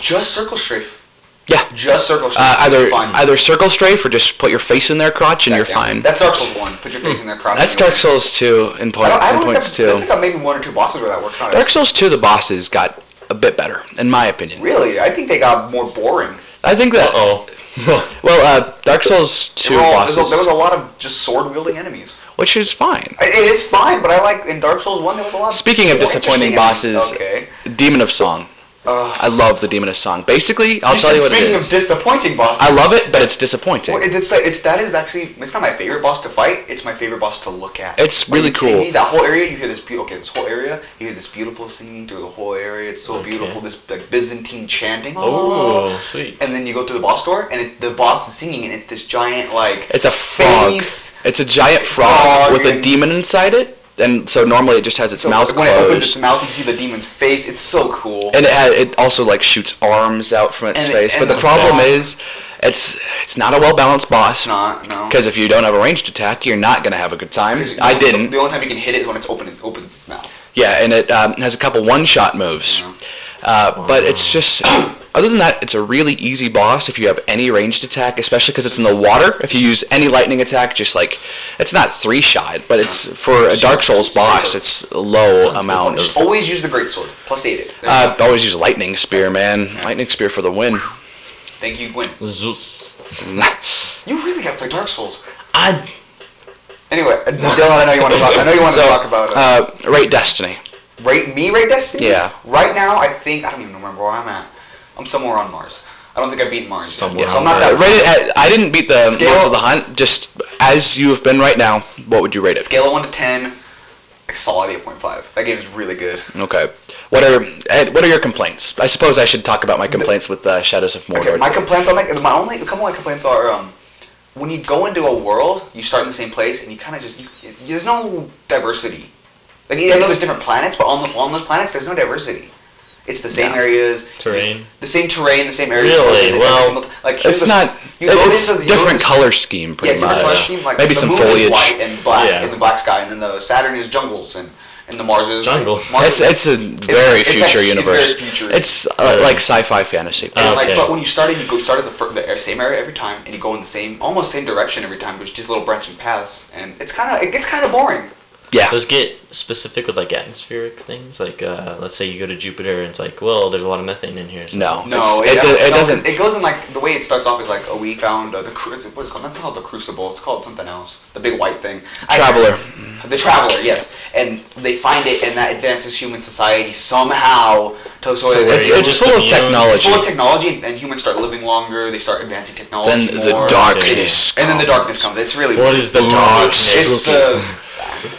S3: Just circle strafe.
S1: Yeah.
S3: Just circle strafe.
S1: Uh, either
S3: You're fine.
S1: either circle strafe or just put your face in their crotch and
S3: Back
S1: you're
S3: down.
S1: fine. Hmm.
S3: That's Dark Souls 1. Put your face in their crotch.
S1: That's
S3: and you're
S1: Dark Souls 2 in,
S3: fine.
S1: point,
S3: I don't,
S1: in
S3: I
S1: points
S3: do I
S1: too.
S3: think I've maybe one or two bosses where that works. Not
S1: Dark Souls 2, the bosses got a bit better, in my opinion.
S3: Really, I think they got more boring.
S1: I think that.
S2: <laughs> Uh-oh.
S1: Well, uh, Dark Souls 2
S3: There were all-
S1: bosses,
S3: there was a- There was a lot of just sword wielding enemies.
S1: which is fine.
S3: I- It is fine, but I like in Dark Souls 1 there was a lot.
S1: Speaking of
S3: more
S1: disappointing
S3: interesting enemies.
S1: bosses,
S3: Okay.
S1: Demon of Song.
S3: Uh,
S1: I love the Demon of Song. Basically, I'll
S3: you
S1: tell
S3: said
S1: you what it
S3: speaking of
S1: is.
S3: disappointing bosses,
S1: I love it, but it's disappointing.
S3: Well, it- it's like- it's that is actually it's not my favorite boss to fight. It's my favorite boss to look at.
S1: It's
S3: Are you
S1: really
S3: kidding
S1: cool.
S3: me? That whole area, you hear this beautiful. Okay, this whole area, you hear this beautiful singing through the whole area. It's so
S2: Okay.
S3: beautiful. This like Byzantine chanting.
S2: Oh, sweet.
S3: And then you go through the boss door, and it's the boss is singing, and it's this giant like.
S1: It's a frog.
S3: Face.
S1: It's a giant frog,
S3: Frog
S1: with a
S3: and-
S1: demon inside it, and so normally it just has its
S3: so
S1: mouth
S3: when it opens its
S1: closed,
S3: mouth, you see the demon's face. It's so cool.
S1: and it ha it also like shoots arms out from its
S3: And it-
S1: face.
S3: and
S1: but the,
S3: the
S1: problem
S3: song-
S1: is, it's it's not a well balanced boss
S3: it's not no.
S1: because if you don't have a ranged attack, you're not gonna have a good time.
S3: 'Cause
S1: I
S3: the-
S1: didn't.
S3: The only time you can hit it is when it's open. It opens its mouth.
S1: Yeah, and it um, has a couple one shot moves,
S3: Yeah.
S1: uh, but it's just. <coughs> Other than that, it's a really easy boss if you have any ranged attack, especially because it's in the water. If you use any lightning attack, just like it's not three shot, but it's for a Dark Souls boss. It's a low amount
S3: Just
S1: of.
S3: always use the great sword plus eight. It.
S1: Uh, I always use lightning spear, man. Lightning spear for the
S3: <laughs>
S1: win.
S3: Thank you, Gwyn.
S2: Zeus.
S3: You really got to play Dark Souls.
S2: I.
S1: <laughs>
S3: Anyway, uh, Dylan, I know you want to talk. I know you want to
S1: So,
S3: talk about uh,
S1: uh, rate Destiny.
S3: rate me rate Destiny.
S1: yeah.
S3: Right now, I think I don't even remember where I'm at. I'm somewhere on Mars. I don't think I beat Mars. yet.
S2: Somewhere
S3: So I'm
S2: on
S3: not
S1: Uh,
S3: that
S2: Mars.
S1: rate it at, I didn't beat the
S3: Scale-
S1: Lords of the Hunt. Just as you have been right now, what would you rate it?
S3: Scale of one to ten. A solid eight point five. That game is really good.
S1: Okay. What are Ed, what are your complaints? I suppose I should talk about my complaints with uh, Shadows of Mordor.
S3: Okay, my complaints on like my only a couple of my complaints are um, when you go into a world, you start in the same place, and you kind of just you, there's no diversity. Like yeah, I know there's different planets, but on the, on those planets, there's no diversity. It's the same
S1: No.
S3: areas,
S2: Terrain.
S3: the same terrain, the same areas.
S2: Really?
S3: Every
S2: Well,
S3: single- like here's
S1: it's
S3: the-
S1: not.
S3: you go
S1: it's
S3: into the- you go
S1: different
S3: into-
S1: color scheme,
S3: Yeah,
S1: pretty
S3: it's different
S1: much.
S3: color scheme. Like
S1: Maybe
S3: the
S1: some
S3: moon
S1: foliage.
S3: is white and black,
S2: Yeah.
S3: and the black sky, and then the Saturn is jungles, and and the Mars is
S2: Jungles.
S3: Mars
S1: It's it's
S3: is-
S1: a very
S3: it's
S1: future
S3: actually- it's very
S1: universe.
S3: future.
S1: It's, uh,
S2: Yeah.
S1: like sci-fi fantasy.
S2: Uh,
S3: And, like,
S2: Okay.
S3: but when you start it, you go you start at the, fir- the same area every time, and you go in the same, almost same direction every time, but it's just little branching paths, and it's kind of, it gets kind of boring.
S1: yeah.
S2: Let's get specific with like atmospheric things. Like, uh, let's say you go to Jupiter and it's like, well, there's a lot of methane in here. so-
S1: No.
S3: No,
S1: It's- it do- it
S3: no, 'cause
S1: doesn't-
S3: It goes in like the way it starts off is like, oh, we found uh, the cru- it's- what's it called? That's called the crucible. It's called something else. The big white thing. I-
S1: Traveler.
S3: the traveler, yes, and they find it, and that advances human society somehow to
S2: So
S3: so, that
S1: It's
S2: Are you
S1: it's
S2: just
S1: full of
S2: immune?
S3: it's
S1: technology.
S3: full of technology, and, and humans start living longer. They start advancing technology
S1: Then the
S3: more.
S1: darkness.
S3: and then the
S1: comes.
S3: darkness comes. It's really
S2: What is the
S1: Ooh,
S2: dark?
S1: it's
S3: it's
S1: Spooky.
S3: the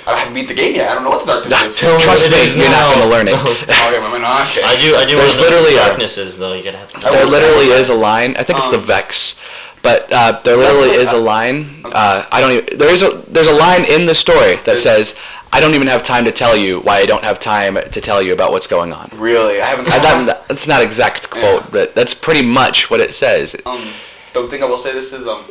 S3: I haven't beat the game yet. I don't know what the darkness is.
S2: Tell me
S1: Trust
S2: what
S1: me,
S2: it is
S1: you're
S2: now.
S1: not going to learn
S2: No.
S1: it.
S3: <laughs> okay, well, no, okay.
S2: <laughs> I do. I do.
S1: There's
S2: wanna know
S1: literally
S2: the
S1: a- Oh.
S2: darknesses though. You're gonna have to.
S3: I
S1: There
S3: will
S1: literally
S3: say-
S1: is a line. I think it's the
S3: Um,
S1: Vex, but uh, there literally
S3: Okay,
S1: is a
S3: uh,
S1: line.
S3: okay.
S1: Uh, I don't. Even, there is a there's a line in the story that
S3: There's-
S1: says, "I don't even have time to tell you why I don't have time to tell you about what's going on."
S3: Really, I haven't.
S1: And that, that's not exact quote, but that's pretty much what it says.
S3: Um, the thing I will say this is um,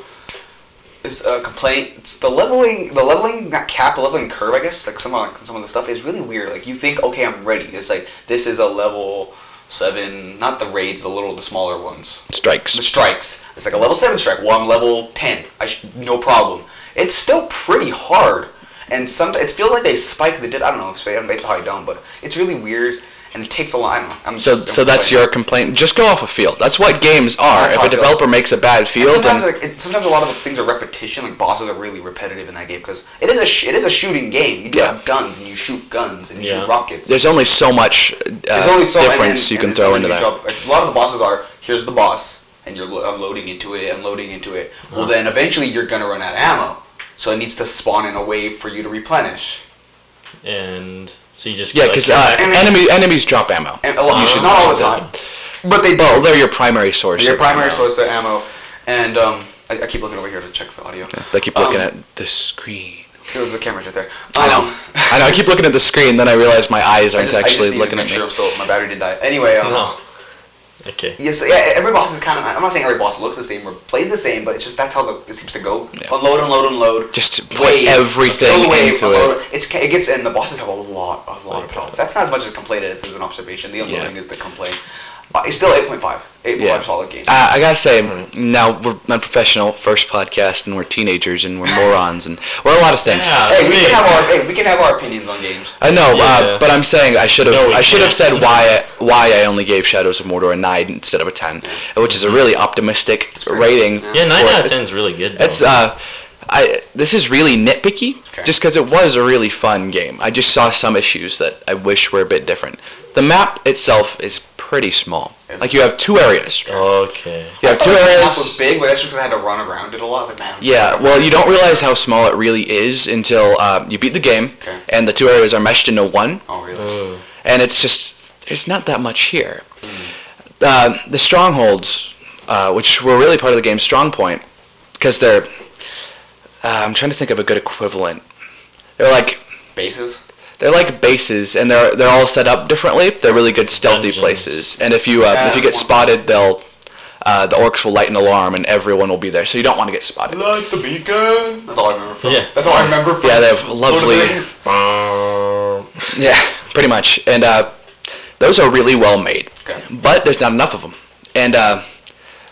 S3: is a complaint. It's the leveling, the leveling, not cap, the leveling curve. I guess like some of some of the stuff is really weird. Like you think, okay, I'm ready. It's like this is a level seven, not the raids, the little, the smaller ones, the
S1: Strikes.
S3: strikes. It's like a level seven strike. Well, I'm level ten. I sh- no problem. It's still pretty hard, and sometimes it feels like they spike the dip. I don't know if they they probably don't, but it's really weird. And it takes a lot. I don't know. I'm
S1: So,
S3: just-
S1: so that's your complaint. Just go off a field. That's what games are.
S3: That's
S1: If
S3: how I
S1: a
S3: feel.
S1: developer makes a bad field,
S3: Sometimes,
S1: then
S3: like, it, sometimes a lot of the things are repetition. Like bosses are really repetitive in that game because it is a sh- it is a shooting game. You do
S1: Yeah.
S3: have guns and you shoot guns and you
S2: Yeah.
S3: shoot rockets.
S1: there's only so much uh,
S3: There's only so and
S1: difference
S3: then-
S1: you can
S3: and there's so
S1: throw
S3: many
S1: into that.
S3: job- like, a lot of the bosses are here's the boss and you're lo- loading into it and loading into it.
S1: Uh-huh.
S3: Well, then eventually you're gonna run out of ammo, so it needs to spawn in a way for you to replenish.
S2: And so you just
S1: Yeah,
S2: like,
S1: because
S2: come
S1: uh,
S2: <laughs> back.
S3: and-
S1: enemy enemies drop ammo.
S3: And a lot,
S2: You should
S3: not all the
S1: know that.
S3: time, but they do.
S1: Well, they're your primary source.
S3: Your
S1: of
S3: primary
S1: ammo.
S3: source of ammo, and um, I, I keep looking over here to check the audio.
S1: They keep looking
S3: Um,
S1: at the screen.
S3: The camera's right there.
S1: I know.
S3: Um,
S1: I know. I keep looking at the screen, then I realize my eyes
S3: <laughs> I
S1: aren't
S3: just, I just
S1: actually
S3: need
S1: looking
S3: to
S1: at
S3: make
S1: me.
S3: sure I'm still, my battery didn't die. Anyway, um,
S2: No. Oh. Okay.
S3: yes, yeah, every boss is kind of. I'm not saying every boss looks the same or plays the same, but it's just that's how the, it seems to go. Unload, unload, unload.
S1: Just put everything
S3: fill the
S1: into
S3: it. It's, ca- it gets and the bosses have a lot, a lot of health. That's not as much as complaint as is an observation. The unloading is the complaint. Uh, it's still 8.5. 8.5
S1: Yeah.
S3: solid game.
S1: Uh, I gotta say, now we're unprofessional, first podcast, and we're teenagers, and we're morons, and we're a lot of things.
S2: Yeah.
S3: hey, we
S2: man.
S3: can have our hey, we can have our opinions on games.
S1: I know,
S2: Yeah.
S1: uh, but I'm saying I should have
S2: No, we
S1: I should have said
S2: can't.
S1: why I, why I only gave Shadows of Mordor a nine instead of a ten, which is a really optimistic
S3: pretty good,
S1: rating.
S3: yeah.
S2: Yeah, nine
S1: for-
S2: out of
S1: it's-
S2: ten is really good. Though.
S1: It's uh, I this is really nitpicky,
S3: Okay.
S1: just because it was a really fun game. I just saw some issues that I wish were a bit different. The map itself is pretty small.
S3: It's- Oh,
S1: Like you have two areas.
S2: Oh. okay.
S1: You have two
S3: The map was
S1: areas.
S3: big, but that's just because I had to run around it a lot. I was like, man.
S1: Yeah, well, you don't realize how small it really is until um, you beat the game,
S3: Okay.
S1: and the two areas are meshed into one,
S3: Oh really?
S1: Mm.
S2: Oh.
S1: and it's just there's not that much here. Uh, the strongholds, uh, which were really part of the game's strong point, because they're uh, I'm trying to think of a good equivalent. They're like
S3: Bases.
S1: They're like bases, and they're they're all set up differently. They're really good stealthy
S2: Dungeons.
S1: places, and if you uh, if you get
S3: Yeah.
S1: spotted, they'll uh, the orcs will light an alarm, and everyone will be there. So you don't want to get spotted.
S3: Light the beacon. That's all I remember from.
S2: Yeah.
S3: That's all I remember from.
S1: Yeah, they have
S3: Lord of the
S1: lovely-
S3: Rings.
S1: Yeah, pretty much. And uh, those are really well made,
S3: Okay.
S1: but there's not enough of them. And uh,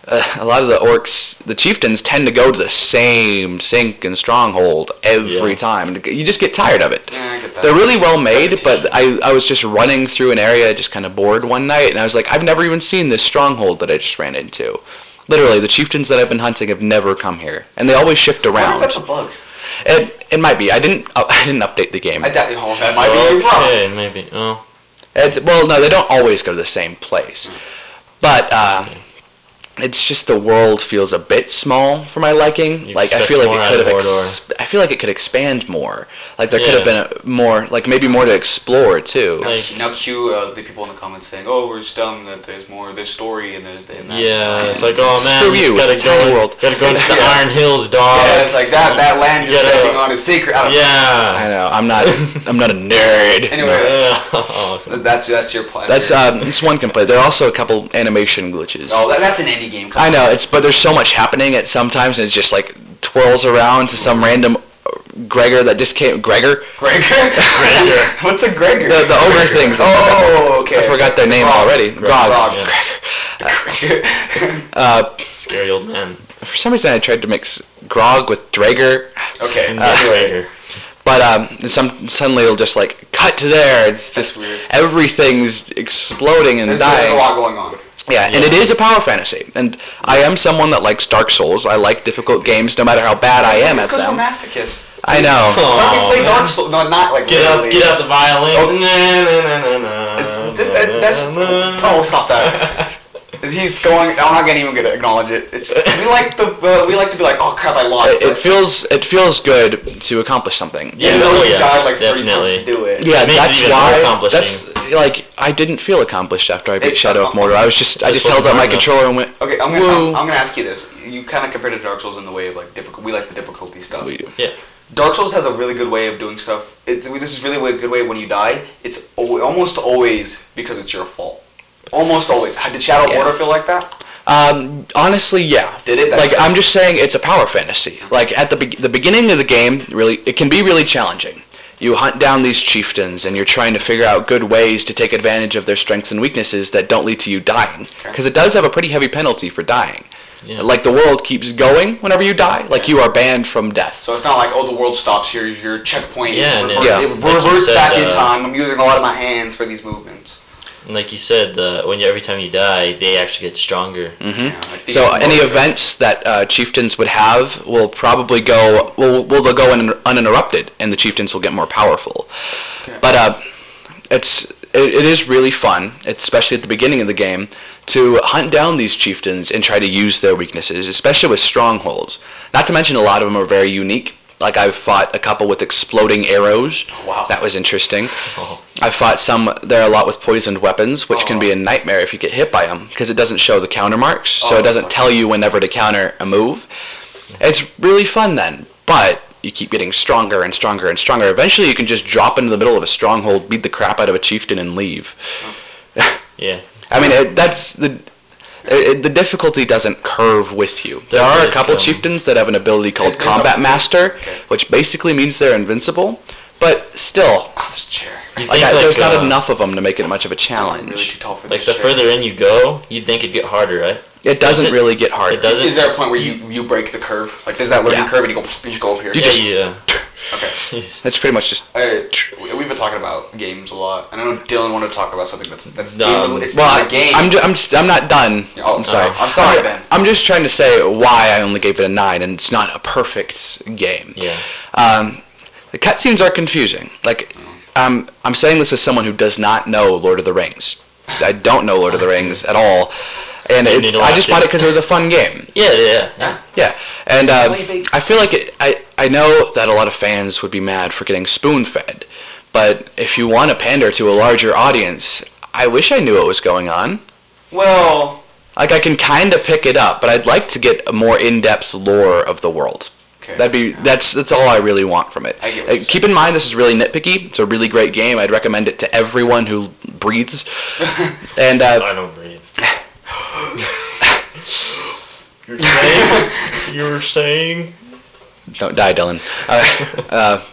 S1: uh, a lot of the orcs, the chieftains, tend to go to the same sink and stronghold every
S2: Yeah.
S1: time. You just get tired of it.
S3: Yeah, I get that.
S1: They're really well made, but I, I was just running through an area just kind of bored one night, and I was like, I've never even seen this stronghold that I just ran into. Literally, the chieftains that I've been hunting have never come here, and they always shift
S3: I wonder if
S1: around.
S3: that's a bug.
S1: It, it might be. I didn't uh, <laughs> I didn't update the game.
S3: I doubt you. Oh, that might be a problem.
S2: Okay, maybe. Oh,
S1: It's, well, no, they don't always go to the same place, but uh, it's just the world feels a bit small for my liking.
S2: You
S1: like I
S2: expect
S1: feel like
S2: more
S1: it
S2: out
S1: could
S2: of
S1: have. Ex- I feel like it could expand more. Like there could
S2: Yeah.
S1: have been a, more. Like maybe more to explore too.
S2: like
S3: Now cue uh, the people in the comments saying, "Oh, we're just dumb that there's more this story and there's and that."
S2: yeah, it's like oh man,
S1: Screw
S2: we
S1: you,
S2: just
S1: it's a
S2: gotta
S1: tiny
S2: go.
S1: world.
S2: Gotta go
S1: <laughs>
S2: into the
S3: Yeah.
S2: Iron Hills, dog.
S3: Yeah, it's like that. That land you're
S2: Yeah.
S3: standing on is sacred. I don't know.
S1: I
S2: yeah.
S1: know. I'm not. I'm not a nerd.
S3: <laughs> Anyway,
S2: <laughs> Yeah.
S3: th- that's that's your plan.
S1: That's um. It's one complaint. There are also a couple animation glitches.
S3: Oh, that, that's an indie game. Come
S1: I know. It's but there's so much happening at sometimes, and it just like twirls around to some random uh, Gregor that just came. Gregor.
S3: Gregor.
S1: <laughs>
S2: Gregor.
S3: <laughs> What's a Gregor?
S1: The, the
S3: <laughs>
S1: ogre things.
S3: Oh, okay.
S1: I forgot their name
S3: Grog.
S1: already. Grog.
S3: Grog.
S2: Scary old man.
S1: For some reason, I tried to mix Grog with Drager,
S3: <laughs> okay. Uh,
S2: Yeah,
S3: anyway.
S2: Traeger.
S1: but um, some suddenly it'll just like cut to there. It's
S3: That's
S1: just
S3: weird.
S1: everything's exploding and
S3: There's, there's a
S1: dying.
S3: lot going on.
S1: Yeah, and
S2: Yeah.
S1: it is a power fantasy, and I am someone that likes Dark Souls. I like difficult games, no matter how bad I am
S3: It's
S1: at
S3: because we're
S1: them.
S3: masochists.
S1: I know.
S3: Why don't we play
S2: man.
S3: Dark Souls? No, not like
S2: Get up,
S3: literally.
S2: get up the violins.
S3: Oh.
S2: Na, na, na, na, na,
S3: It's
S2: na,
S3: just, that,
S2: <laughs>
S3: that's
S2: na, na, na.
S3: oh stop that. He's going. I'm not gonna even gonna acknowledge it. It's, we like the uh, we like to be like, oh crap, I lost.
S1: It, it feels it feels good to accomplish something.
S2: Yeah.
S3: Even though
S2: oh,
S3: he's
S2: yeah,
S3: died like three
S2: definitely.
S3: times to do it.
S1: Yeah,
S2: It makes it
S1: that's
S2: even more
S1: why.
S2: accomplishing.
S1: That's like I didn't feel accomplished after I beat
S3: It-
S1: Shadow of Mordor. I was just I
S2: Just
S1: just held up my
S2: wasn't hard enough.
S1: controller and went.
S3: Okay, I'm gonna,
S1: Whoa.
S3: I'm, I'm gonna ask you this. You kind of compared to Dark Souls in the way of like difficult. We like the difficulty stuff.
S1: We do.
S2: Yeah.
S3: Dark Souls has a really good way of doing stuff. It, this is really a good way when you die. It's al- almost always because it's your fault. Almost always. How- Did Shadow
S1: Yeah.
S3: Border feel like that?
S1: Um, honestly, yeah.
S3: Did it? That's
S1: Like
S3: good.
S1: I'm just saying, it's a power fantasy. Like at the be- the beginning of the game, really, it can be really challenging. You hunt down these chieftains, and you're trying to figure out good ways to take advantage of their strengths and weaknesses that don't lead to you dying.
S3: Okay.
S1: Because it does have a pretty heavy penalty for dying.
S2: Yeah.
S1: Like the world keeps going whenever you die. Like
S2: Yeah.
S1: you are banned from death.
S3: So it's not like oh the world stops here. Your checkpoint.
S2: Yeah, and
S3: It,
S2: it-
S3: rever-
S1: Yeah.
S3: it
S2: like you
S3: reverts
S2: said,
S3: back in
S2: uh,
S3: time. I'm using a lot of my hands for these movements.
S2: And like you said, uh, when you, every time you die, they actually get stronger.
S1: Mhm.
S3: Yeah, like the-
S1: So any events that uh, chieftains would have will probably go will will they'll go in uninterrupted, and the chieftains will get more powerful.
S3: Okay.
S1: But uh, it's it, it is really fun, especially at the beginning of the game, to hunt down these chieftains and try to use their weaknesses, especially with strongholds. Not to mention a lot of them are very unique. Like I've fought a couple with exploding arrows.
S3: Wow.
S1: That was
S3: <laughs>
S1: interesting.
S2: Oh.
S1: I fought some there a lot with poisoned weapons, which can
S3: Oh.
S1: be a nightmare if you get hit by them because it doesn't show the counter marks, so
S3: Oh,
S1: it doesn't
S3: okay.
S1: tell you whenever to counter a move. It's really fun then, but you keep getting stronger and stronger and stronger. Eventually, you can just drop into the middle of a stronghold, beat the crap out of a chieftain, and leave.
S2: Yeah.
S1: I mean, it, that's the. It, it- the difficulty doesn't curve with you. There
S2: Does
S1: are a
S2: it,
S1: couple
S2: um,
S1: chieftains that have an ability called
S3: There's a-
S1: Combat Master,
S3: okay.
S1: which basically means they're invincible, but still,
S3: Oh, this chair.
S2: You
S1: like,
S2: think,
S1: I-
S2: like,
S1: there's
S2: uh,
S1: not enough of them to make it much of a
S3: I'm
S1: challenge.
S3: really too tall for
S2: Like
S3: this
S2: the
S3: chair.
S2: further in you go, you'd think it'd get harder, right?
S1: It doesn't
S2: Does it-
S1: really get harder.
S2: It does
S3: Is there a point where you, you break the curve? Like there's that learning
S1: Yeah.
S3: curve and you go you just go over here.
S1: You
S2: yeah, uh,
S1: just-
S2: yeah.
S3: okay.
S1: That's pretty much just.
S3: Hey, we- we've been talking about games a lot, and I know Dylan wanted to talk about something that's that's
S2: Um,
S3: game- it's
S1: Well,
S3: not a game.
S1: I'm, ju- I'm, just, I'm not done.
S3: Oh,
S1: I'm sorry.
S3: oh, I'm sorry, Ben.
S1: I'm just trying to say why I only gave it a 9, and it's not a perfect game.
S2: <laughs> yeah.
S1: Um, the cutscenes are confusing. Like, um, I'm saying this as someone who does not know Lord of the Rings. I don't know Lord of the Rings at all. And
S2: You need
S1: it's,
S2: to
S1: I
S2: watch
S1: just bought
S2: it.
S1: it because it was a fun game.
S2: Yeah, yeah,
S3: Yeah.
S2: yeah.
S1: Yeah, and um,
S3: Play big.
S1: I feel like it, I I know that a lot of fans would be mad for getting spoon fed, but if you want to pander to a larger audience, I wish I knew what was going on.
S3: well,
S1: Like I can kind of pick it up, but I'd like to get a more in-depth lore of the world.
S3: okay.
S1: That'd be that's that's all I really want from it.
S3: I get what you're
S1: Uh, keep in mind this is really nitpicky. It's a really great game. I'd recommend it to everyone who
S3: <laughs>
S1: breathes. and uh,
S2: I don't breathe. You're saying? you were saying?
S1: don't die, Dylan. Uh, uh,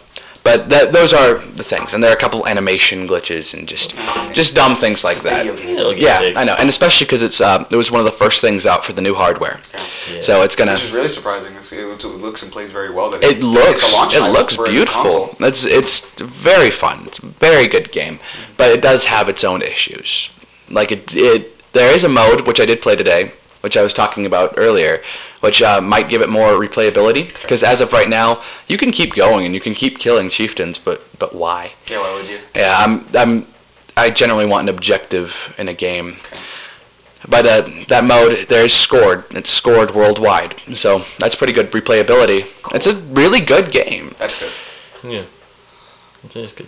S1: but that, those are the things, and there are a couple animation glitches and just just dumb things like
S3: Video
S1: that.
S3: game.
S2: It'll get
S1: Yeah,
S2: fixed.
S1: I know, and especially because it's uh, it was one of the first things out for the new hardware,
S2: Yeah.
S1: so it's gonna.
S3: Which is really surprising. It's, it looks- it looks and plays very well. That
S1: It
S3: it's-
S1: looks
S3: it's a launch
S1: it
S3: title
S1: looks
S3: for a
S1: beautiful.
S3: console.
S1: It's it's very fun. It's a very good game, but it does have its own issues. Like it it there is a mode which I did play today, which I was talking about earlier, which uh, might give it more replayability. Because as of right now, you can keep going and you can keep killing chieftains, but but why?
S3: Yeah, why would you?
S1: Yeah, I'm I'm I generally want an objective in a game.
S3: Okay.
S1: But uh, that mode, there's scored. It's scored worldwide, so that's pretty good replayability. It's a really good game.
S3: That's good.
S2: Yeah. It's good.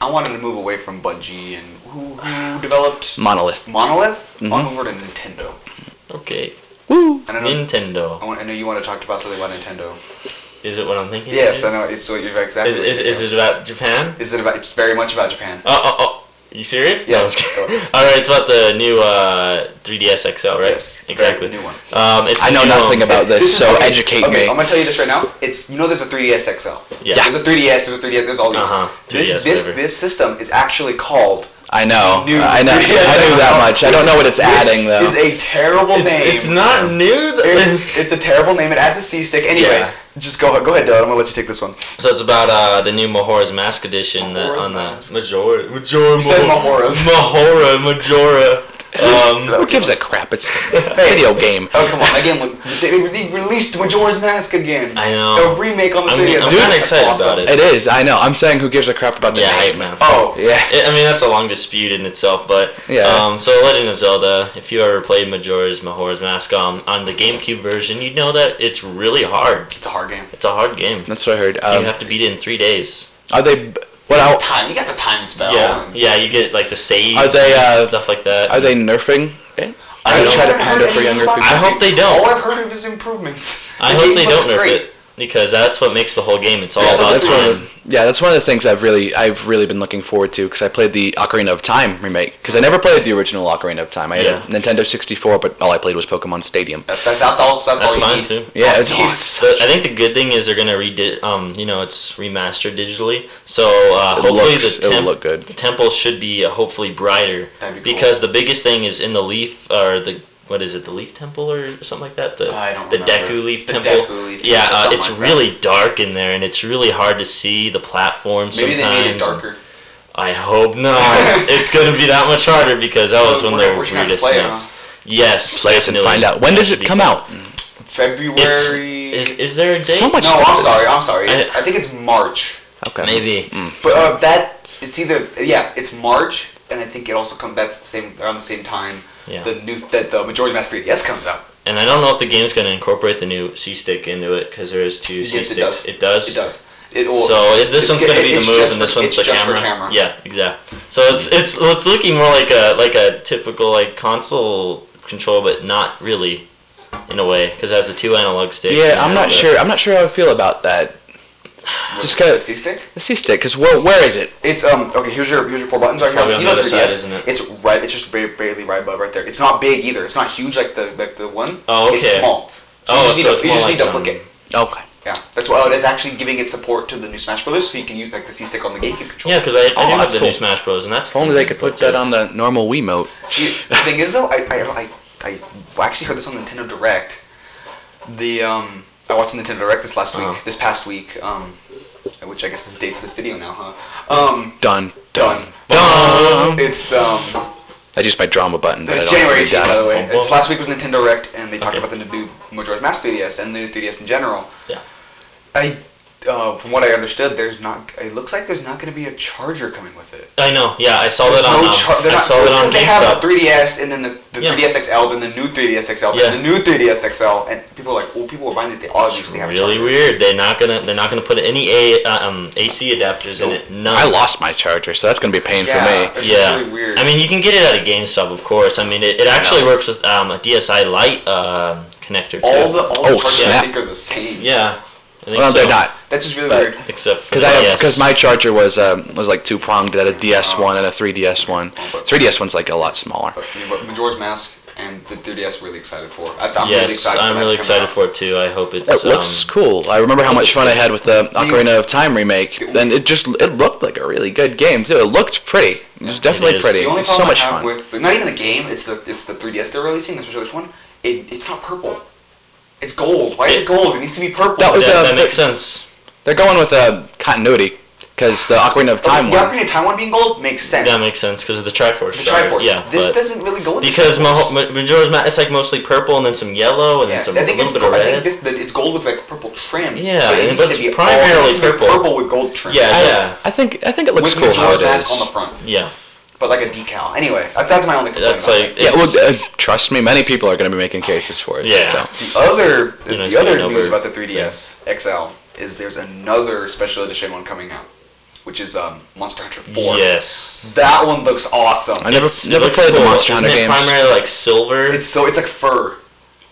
S3: I wanted to move away from Bungie and who, who developed
S1: Monolith.
S3: Monolith
S1: Mhm.
S3: on over to Nintendo.
S2: Okay.
S1: Woo!
S3: And I know, I,
S2: Nintendo.
S3: want, I know you want to talk about something about Nintendo.
S2: Is it what I'm thinking?
S3: Yes,
S2: it
S3: I
S2: is?
S3: know. It's what you're exactly.
S2: Is, is, is
S3: it?
S2: it about Japan?
S3: Is it about? It's very much about Japan.
S2: Oh, oh, oh. You serious? No,
S3: Yeah,
S2: I'm just
S3: go
S2: kidding. <laughs> All right, it's about the new uh, 3DS XL, right?
S3: Yes,
S2: exactly.
S3: very new one.
S2: Um, it's
S1: I
S2: the
S1: know
S2: new,
S1: nothing
S2: um,
S1: about this,
S3: is-
S1: so
S3: okay,
S1: Oh, educate
S3: okay, I'm
S1: me.
S3: gonna tell you this right now. It's you know there's a 3ds XL.
S2: Yeah.
S3: There's a 3ds. There's a 3ds. There's all these.
S2: Uh-huh,
S3: This
S2: 3DS,
S3: this
S2: whatever.
S3: this system is actually called.
S1: I know.
S3: New
S1: Oh, I know. I
S3: 3DS
S1: knew that much. I don't know what it's
S3: which
S1: adding
S3: Is
S1: though.
S3: a terrible name.
S2: It's, it's not new. Th-
S3: It's, it's a terrible name. It adds a C stick. Anyway,
S2: Yeah.
S3: just go go ahead, Dylan. I'm gonna let you take this one. You
S2: so it's about uh, the new Majora's Mask edition that
S3: Majora's
S2: on the
S3: Mask.
S2: Majora Majora
S3: said
S2: Majora
S3: Mahoras.
S2: Majora Majora.
S3: <laughs>
S2: Um,
S1: Who gives a crap? It's a video game.
S3: Oh come on! That game was- they they released Majora's Mask again.
S2: I know.
S3: A remake on the
S2: I'm-
S3: video.
S2: I'm
S3: That's
S2: kinda excited
S3: awesome.
S2: about
S1: It is. I know. I'm saying who gives a crap about the
S2: yeah, hype
S1: name.
S2: man.
S3: Oh,
S1: Yeah.
S2: I I mean that's a long dispute in itself, but
S1: Yeah.
S2: Um, so Legend of Zelda, if you ever played Majora's Majora's Mask um, on the GameCube version, you know that it's really hard.
S3: it's a hard game.
S2: It's a hard game.
S1: That's what I heard.
S2: you
S1: Um,
S2: have to beat it in three days.
S1: are they? What
S3: Well,
S1: are,
S3: time. You got the time spell.
S2: Yeah, yeah. You get like the saves.
S1: Are they, uh,
S2: and stuff like that?
S1: are they nerfing? it?
S3: I
S1: They
S2: don't
S1: try to
S3: know.
S1: pander for younger people.
S2: I hope they don't.
S3: All I've heard of is
S2: <laughs>
S3: improvements.
S2: I
S3: The
S2: hope
S3: game
S2: they
S3: looks
S2: don't nerf
S3: great.
S2: it because that's what makes the whole game. It's all
S1: Yeah,
S2: about
S1: that's one.
S2: time.
S1: Of the, yeah, that's one of the things I've really, I've really been looking forward to because I played the Ocarina of Time remake because I never played the original Ocarina of Time. I had
S2: Yeah.
S1: a Nintendo 64, but all I played was Pokemon Stadium.
S3: That, that, that, that's, that's, all
S2: That's
S3: you
S2: fine
S3: need.
S2: too.
S1: Yeah, it's
S3: Jeez.
S1: awesome.
S2: The- I think the good thing is they're gonna redi- um, you know, it's remastered digitally. So uh,
S1: It
S2: hopefully
S1: looks,
S2: the
S1: it'll
S2: temp-
S1: look good.
S2: temple should be uh, hopefully brighter
S3: That'd be cool.
S2: because the biggest thing is in the leaf or the what is it the leaf temple or something like that the
S3: I don't
S2: the
S3: remember.
S2: Deku leaf
S3: The
S2: temple
S3: Deku Leaf
S2: yeah
S3: Temple,
S2: uh,
S3: something
S2: it's
S3: like that.
S2: really dark in there and it's really hard to see the platform sometimes
S3: Maybe they made it darker.
S2: I hope
S3: <laughs>
S2: not it's gonna be that much harder because that was one of the
S3: We're gonna have to
S2: weirdest
S3: play it,
S2: things yes
S1: Play it and
S2: definitely.
S1: find out. When
S2: That
S1: does
S2: should
S1: it
S2: be
S1: come
S2: cool.
S1: out?
S3: huh? February.
S2: it's is, is there a date
S1: So much-
S3: no, I'm sorry. I'm sorry.
S2: I-
S3: It's, I think it's March.
S1: Okay.
S2: maybe
S3: But uh, that it's either yeah, it's March, and I think it also comes. That's the same around the same time.
S2: Yeah.
S3: The new that the Majora's Mask 3DS comes out.
S2: and I don't know if the game's gonna incorporate the new C stick into it because there is two C
S3: Yes, it
S2: sticks
S3: does.
S2: It does
S3: It does. It will.
S2: So it, this
S3: it's
S2: one's
S3: good-
S2: gonna be
S3: it's
S2: the move,
S3: just
S2: and this
S3: for-
S2: one's
S3: it's
S2: the
S3: just for
S2: camera.
S3: camera.
S2: Yeah, exactly. So it's it's it's looking more like a like a typical like console control, but not really, in a way, because it has the two analog sticks.
S1: Yeah,
S2: and
S1: I'm not
S2: the-
S1: sure. I'm not sure how I feel about that. Just kinda-
S3: C stick.
S1: The C stick, because where, where is it?
S3: It's um okay. Here's your here's your four buttons right here.
S2: Probably on
S3: You
S2: the
S3: know
S2: other
S3: 3DS.
S2: side, isn't it?
S3: It's right. It's just barely, barely right above right there. It's not big either. It's not huge like the like the one.
S2: Oh,
S3: It's
S2: okay.
S3: small. So
S2: Oh,
S3: you just need
S2: so
S3: to,
S2: it's
S3: you
S2: more
S3: just
S2: like
S3: need to
S2: um,
S3: flick it.
S1: Okay.
S3: Yeah, that's why oh, it's actually giving it support to the new Smash Brothers, so you can use like the C stick on the GameCube controller.
S2: Yeah, because I, I
S1: Oh,
S2: do have
S1: that's
S2: the
S1: cool.
S2: new Smash Bros, and that's
S1: If only they could put that on the normal Wiimote.
S3: See, the thing is though, I, I, I, I actually heard this on Nintendo Direct. The um, I watched Nintendo Direct this last
S2: Uh-huh.
S3: week, this past week, um, which I guess this dates this video now, huh? Um,
S1: Done.
S3: done.
S1: Done.
S3: It's um,
S1: I used my drama button. But I
S3: it's
S1: don't
S3: January
S1: really
S3: 18th,
S1: got
S3: by the
S1: it.
S3: way.
S2: Oh,
S3: It's
S2: well.
S3: last week was Nintendo Direct, and they talked
S2: Okay.
S3: about the new Majora's Mask 3DS and the new 3DS in general.
S2: Yeah.
S3: I, uh, from what I understood, there's not. It looks like there's not going to be a charger coming with it.
S2: I know. Yeah, I saw that
S3: There's
S2: on.
S3: no
S2: um,
S3: char- they're
S2: I
S3: not-
S2: saw that
S3: it's
S2: on
S3: 'cause They have the
S2: GameStop.
S3: 3DS and then the, the
S2: Yeah.
S3: 3DS XL, then the new 3DS XL,
S2: Yeah.
S3: then the new 3DS XL, and people are like, "Oh, people are buying these. They
S2: It's
S3: obviously have a
S2: really
S3: charger."
S2: weird. They're not gonna. They're not gonna put any a, uh, um, AC adapters in
S3: Nope.
S2: it. No.
S1: I lost my charger, so that's gonna be pain
S3: Yeah,
S1: for me.
S3: it's
S2: yeah.
S3: really weird.
S2: I mean, you can get it at a GameStop, of course. I mean, it, it actually
S1: know.
S2: works with um, a DSI light um, connector.
S3: all
S2: too.
S3: the all
S1: Oh,
S3: the chargers
S1: snap.
S3: I think are the same.
S2: Yeah. I think
S1: Well, they're
S2: so.
S1: not,
S3: that's just really
S1: But-
S3: weird.
S2: Except for
S1: because
S2: the
S1: I
S2: DS.
S1: because my charger was um, was like two pronged. It had a DS one and a 3DS one. 3DS one's like a lot smaller.
S3: But, I mean, but Majora's Mask and the 3DS, really excited for. I- I'm really
S2: yes,
S3: excited.
S2: I'm
S3: for
S2: really excited for it too. I hope it's.
S1: It looks
S2: um,
S1: cool. I remember how much fun I had with the Ocarina of Time remake, and it just it looked like a really good game too. It looked pretty. It was definitely
S2: is.
S1: pretty.
S3: The
S1: It
S3: only
S1: was so
S3: problem
S1: much
S3: I have
S1: fun.
S3: with not even the game, it's the it's the 3DS they're releasing, especially which one. It, it's not purple. It's gold. Why is it gold? It needs to be purple.
S1: That was
S2: that,
S1: uh,
S2: that
S1: the-
S2: makes sense.
S1: They're going with a continuity because the Ocarina of Time
S3: The
S1: one.
S3: Ocarina of Time one being gold makes sense.
S2: That makes sense because of the Triforce.
S3: the
S2: shard.
S3: Triforce.
S2: Yeah.
S3: This
S2: but-
S3: doesn't really go with the
S2: because Ma-
S3: Triforce.
S2: Ma- Majora's Mask, it's like mostly purple and then some yellow and
S3: Yeah,
S2: then some
S3: I think
S2: little
S3: it's
S2: bit
S3: gold.
S2: of
S3: I think
S2: red.
S3: this, that it's gold with like purple trim.
S2: Yeah,
S3: but it
S2: and-
S3: needs
S2: but
S3: to
S2: it's
S3: be all-
S2: primarily
S3: it needs to be
S2: purple.
S3: Purple with gold trim.
S2: Yeah,
S1: I-
S2: yeah.
S1: I think I think it looks
S3: with
S1: cool how
S3: Majora's
S1: it is.
S3: Mask on the front,
S2: Yeah.
S3: but like a decal. Anyway, that's, that's my only complaint.
S2: That's
S3: about
S2: like.
S1: Yeah, well,
S2: it's-
S1: uh, trust me, many people are going to be making cases for it.
S2: Yeah.
S1: So.
S3: that. the other
S2: You know, it's
S3: the other
S2: going
S3: news
S2: over-
S3: about the 3DS XL is there's another special edition one coming out, which is um, Monster Hunter 4.
S2: Yes.
S3: That one looks awesome.
S1: I never
S2: It's- it
S1: never
S2: looks
S1: played the
S2: cool.
S1: Monster Hunter
S2: Isn't it
S1: games.
S2: primarily like silver.
S3: It's so it's like fur.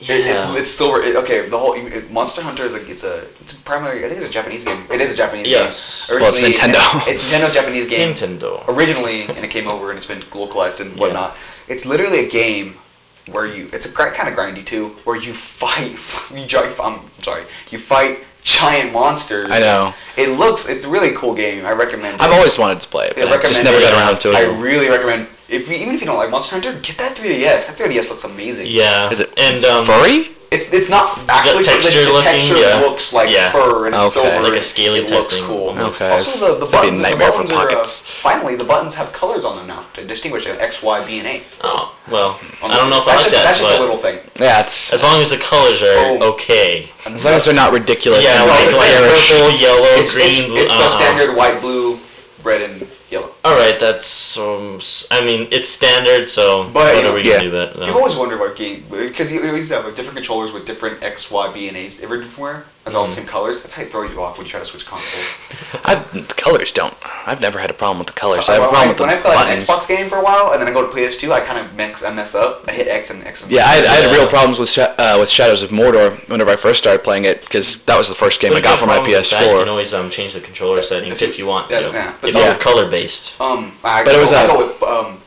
S3: It,
S2: Yeah.
S3: it, it's silver. It, okay, the whole it, Monster Hunter is like it's a it's a primary. I think it's a Japanese game. It is a Japanese
S2: Yes.
S3: game.
S1: Well, it's
S3: Originally,
S1: Nintendo.
S3: It's
S1: <laughs>
S3: Nintendo Japanese game.
S2: Nintendo.
S3: Originally, and it came over and it's been localized and whatnot. It's literally a game where you. It's a gri- kind of grindy too, where you fight. <laughs> You gi- I'm sorry. You fight giant monsters.
S1: I know.
S3: It looks. It's a really cool game. I recommend. it.
S1: I've always wanted to play it,
S3: Yeah,
S1: but I just
S3: recommend
S1: never
S2: it.
S1: got around to
S3: I
S1: it.
S3: really recommend. If you, even if you don't like Monster Hunter, get that 3DS. That 3DS looks amazing.
S2: Yeah.
S1: Is it
S2: and
S1: it's
S2: um,
S1: furry?
S3: It's, it's not actually the,
S2: texture
S3: the
S2: looking,
S3: texture
S2: yeah.
S3: looks like
S2: Yeah.
S3: fur and it's
S1: Okay.
S3: silver.
S2: Like a scaly
S3: It
S2: type
S3: looks
S2: thing.
S3: cool.
S1: Okay.
S3: Also, the, the
S1: It's gonna be
S3: buttons,
S1: a nightmare
S3: and
S1: for
S3: the bones are, uh,
S1: pockets.
S3: finally, the buttons have colors on them now to distinguish it, X, Y, B, and A.
S2: Oh well,
S3: on
S2: I don't know if I like
S3: that's just,
S2: that,
S3: That's just
S2: but
S3: a little thing.
S1: Yeah, it's
S2: as long as the colors are
S3: Oh.
S2: okay.
S1: as long as they're not ridiculous.
S2: Yeah,
S1: and
S2: like, like
S1: garish.
S2: purple, yellow,
S3: It's,
S2: green.
S3: it's, it's the
S1: uh-huh.
S2: uh-uh.
S3: standard white, blue, red, and yellow.
S2: All right, that's um, s- I mean, it's standard, so
S3: But,
S2: what are we
S1: yeah.
S2: gonna do about
S3: You
S2: that?
S3: always wonder what game because you always have like, different controllers with different X, Y, B, and A's every different and they're
S1: Mm-hmm.
S3: all the same colors. That's how it throws you off when you try to switch consoles.
S1: I, the colors don't. I've never had a problem with the colors.
S3: So
S1: I have a
S3: when, I,
S1: problem with the
S3: when I play like, an
S1: buttons.
S3: Xbox game for a while, and then I go to PS2, I kind of mix, I mess up. I hit X and X. Is
S1: Yeah, I had, I had
S2: Yeah.
S1: real problems with Sha- uh, with Shadows of Mordor whenever I first started playing it because that was the first game
S2: But
S1: I
S2: if
S1: got
S2: you
S1: for my
S2: have problems with that, You can
S1: PS4.
S2: always um, change the controller settings if you want to.
S3: Yeah, yeah, but
S2: If
S1: yeah.
S2: you're color based.
S3: um, I,
S1: But it
S3: go,
S1: was uh,
S3: I
S1: a-
S3: go with um,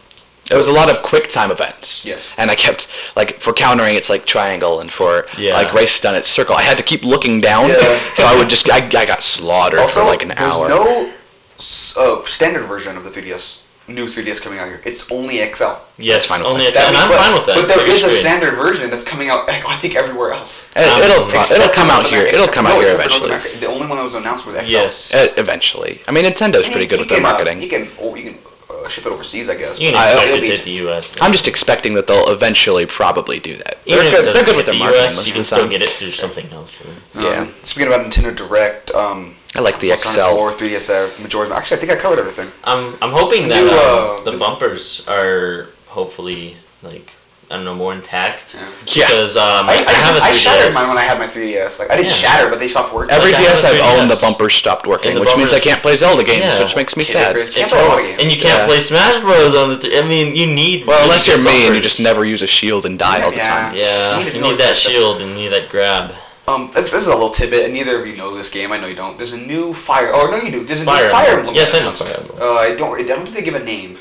S1: It was a lot of quick time events.
S3: Yes.
S1: And I kept like for countering, it's like triangle, and for
S2: Yeah.
S1: like race stun, it's circle. I had to keep looking down,
S3: Yeah.
S1: so I would just I, I got slaughtered
S3: also
S1: for like an
S3: there's
S1: hour.
S3: no s- uh, standard version of the 3DS, new 3DS coming out here. It's only XL.
S2: Yes,
S1: fine with
S2: only
S1: that.
S2: Excel, and I'm
S3: but,
S2: fine with that.
S3: But there
S2: Bigger
S3: is a
S2: screen.
S3: standard version that's coming out. <laughs> I think everywhere else.
S2: Um,
S1: It, it'll pro-
S3: Except
S1: it'll come
S3: for
S1: out
S3: North
S1: here.
S3: America.
S1: It'll come
S3: No,
S1: out here
S3: except for North
S1: eventually.
S3: America. The only one that was announced was XL.
S2: Yes.
S1: Uh, eventually, I mean Nintendo's
S3: And
S1: pretty
S3: you-
S1: good with
S3: you
S1: their
S3: can, uh,
S1: marketing.
S3: You can, oh, you can uh, ship it overseas, I guess. Uh,
S2: You
S1: I-
S2: can
S3: it'll
S2: expect it
S3: be-
S2: to hit the U.S.
S1: I'm just expecting that they'll eventually probably do that.
S2: Even
S1: they're
S2: if it
S1: good, they're
S2: doesn't
S1: good with
S2: hit
S1: their
S2: the
S1: marketing.
S2: US,
S1: most
S2: you
S1: of
S2: can
S1: the
S2: still
S1: time.
S2: get it through something else. you know.
S1: Yeah.
S3: um, Speaking about Nintendo Direct, um,
S1: I like the
S3: Xbox
S1: XL.
S3: 4, 3DS, uh, Majora's Mask. Actually, I think I covered everything.
S2: I'm I'm hoping that
S3: You,
S2: um,
S3: uh,
S2: the bumpers are hopefully like I don't know more intact.
S3: Yeah.
S1: Yeah.
S2: Because um, I,
S3: I, I,
S2: have a
S3: I shattered
S2: 3DS.
S3: mine when I had my 3DS. Like I didn't
S2: Yeah.
S3: shatter, but they stopped working.
S1: Every
S2: Like, I
S1: DS
S2: have a
S1: I've owned, the
S2: 3DS.
S1: bumper's stopped working,
S2: And the
S1: which means I
S2: bumper's-
S1: can't play Zelda games,
S2: Yeah.
S1: which makes me
S3: Okay,
S1: sad.
S3: there's-
S2: It's
S3: Can't play a lot
S2: hor-
S3: of games.
S2: and you can't
S1: Yeah.
S2: play Smash Bros. on the. Th- I mean, you need.
S1: Well,
S2: really
S1: unless you're
S2: good
S1: me and you
S2: bumpers.
S1: just never use a shield and die all the
S3: Yeah.
S1: time.
S2: Yeah,
S3: You
S2: you
S3: need to
S2: need
S3: know
S2: that
S3: it's like
S2: shield and you need that grab.
S3: Um, this, this is a little tidbit, and neither of you know this game. I know you don't. There's a new Fire. Oh no, you do. There's a
S2: Fire
S3: new Fire
S2: Emblem.
S3: Emblem.
S2: Yes, I know
S3: announced.
S2: Fire Emblem.
S3: Uh, I don't. I don't think they give a name.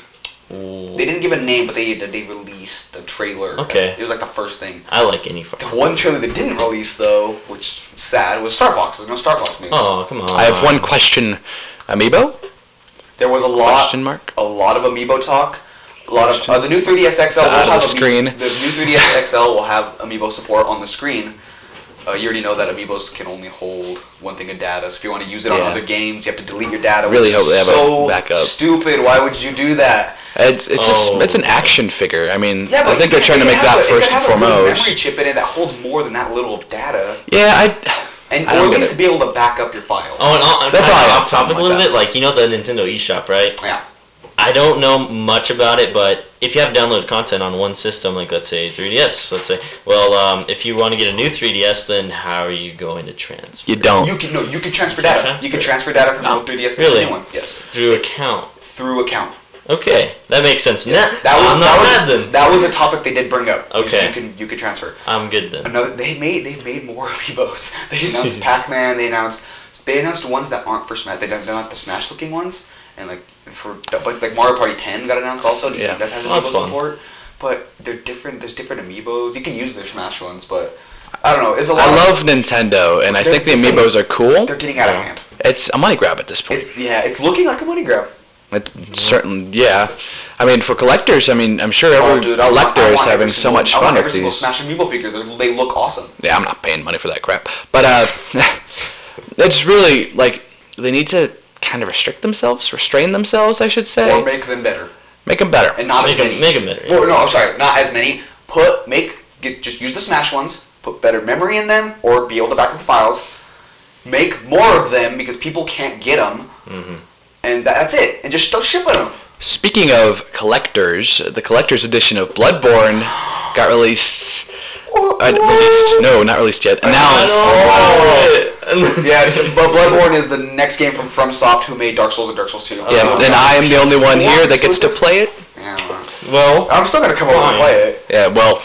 S2: Ooh.
S3: They didn't give a name, but they they released a trailer.
S2: Okay.
S3: It was like the first thing.
S2: I like any
S3: The
S2: fire.
S3: one trailer they didn't release though, which is sad, was Star Fox. There's no Star Fox news.
S2: Oh come on!
S1: I have one question. Amiibo?
S3: There was a lot.
S1: Question mark?
S3: a lot of amiibo talk. A lot of uh, the new 3ds XL
S1: It's
S3: will
S1: out of
S3: have
S1: the
S3: ami-
S1: screen.
S3: The new 3ds XL will have amiibo support on the screen. Uh, you already know that amiibos can only hold one thing of data. So if you want to use it on
S1: Yeah.
S3: other games, you have to delete your data.
S1: Really
S3: which
S1: hope
S3: is
S1: they have a
S3: so
S1: backup.
S3: Stupid. Why would you do that?
S1: It's it's
S2: Oh.
S1: just it's an action figure. I mean,
S3: Yeah, but
S1: I think they're
S3: you
S1: trying to
S3: could
S1: make
S3: have
S1: that
S3: a-
S1: first
S3: it could
S1: and
S3: have A good
S1: foremost.
S3: memory chip in it that holds more than that little data,
S1: Yeah, I.
S3: and
S1: I
S3: or
S1: don't
S3: at
S1: get
S3: least
S1: it.
S3: be able to back up your files.
S2: Oh, and all, I'm
S1: They'll
S2: kind of
S1: probably
S2: off
S1: have something
S2: topic a
S1: like
S2: little
S1: that.
S2: bit. Like you know the Nintendo eShop, right?
S3: Yeah.
S2: I don't know much about it, but if you have downloaded content on one system, like let's say 3DS, let's say, well, um, if you want to get a new 3ds, then how are you going to transfer?
S1: You don't.
S3: You can no, you can transfer
S2: You can
S3: data.
S2: transfer
S3: You can
S2: it.
S3: transfer data from your old 3ds to the
S2: Really?
S3: new one. Yes,
S2: Through account.
S3: through account.
S2: Okay, that makes sense. Nah,
S3: That was
S2: I'm
S3: that
S2: not
S3: was,
S2: mad then.
S3: That was a topic they did bring up. You-
S2: Okay.
S3: You can you can transfer.
S2: I'm good then.
S3: Another they made they made more <laughs> amiibos. They
S1: <laughs>
S3: announced Pac-Man. They announced they announced ones that aren't for Smash. They don't they're not the Smash looking ones. And like for like, like Mario Party 10 got announced also. Do you
S1: Yeah.
S3: think that has
S2: Well,
S3: amiibo
S2: that's fun.
S3: support? But they're different. There's different amiibos. You can use their Smash ones, but I don't know. It's a lot.
S1: I
S3: of-
S1: love Nintendo, and I
S3: They're
S1: think the
S3: the same.
S1: amiibos are cool.
S3: They're getting out of hand.
S1: It's a money grab at this point.
S3: It's yeah. It's looking like a money grab.
S1: It certain, yeah. I mean, for collectors, I mean, I'm sure every
S3: Oh, dude, I want- I
S1: collector is
S3: want every
S1: having so
S3: single-
S1: much
S3: I want
S1: fun
S3: every
S1: with
S3: single
S1: these.
S3: Smash amiibo figure. They're- They look awesome.
S1: Yeah, I'm not paying money for that crap. But uh, <laughs> it's really like they need to kind of restrict themselves, restrain themselves, I should say.
S3: Or
S1: Make,
S3: make them better.
S1: them better.
S3: and not
S2: Make
S3: as many.
S2: them, make them better.
S3: Well, no, I'm sorry, not as many. Put make get, just use the Smash ones. Put better memory in them, or be able to back up the files. Make more of them because people can't get them,
S1: Mm-hmm.
S3: and that, that's it. And just start shipping them.
S1: Speaking of collectors, the collector's edition of Bloodborne got released. Uh, released? No, not released yet. Announced.
S3: Oh.
S2: Oh.
S3: <laughs> Yeah, but Bloodborne is the next game from FromSoft, who made Dark Souls and Dark Souls Two.
S1: Yeah, and I am the only one here that gets to play it.
S3: Yeah,
S2: <laughs> Well,
S3: I'm still gonna come over and
S2: Fine.
S3: play
S1: Oh,
S3: it.
S1: Yeah, well,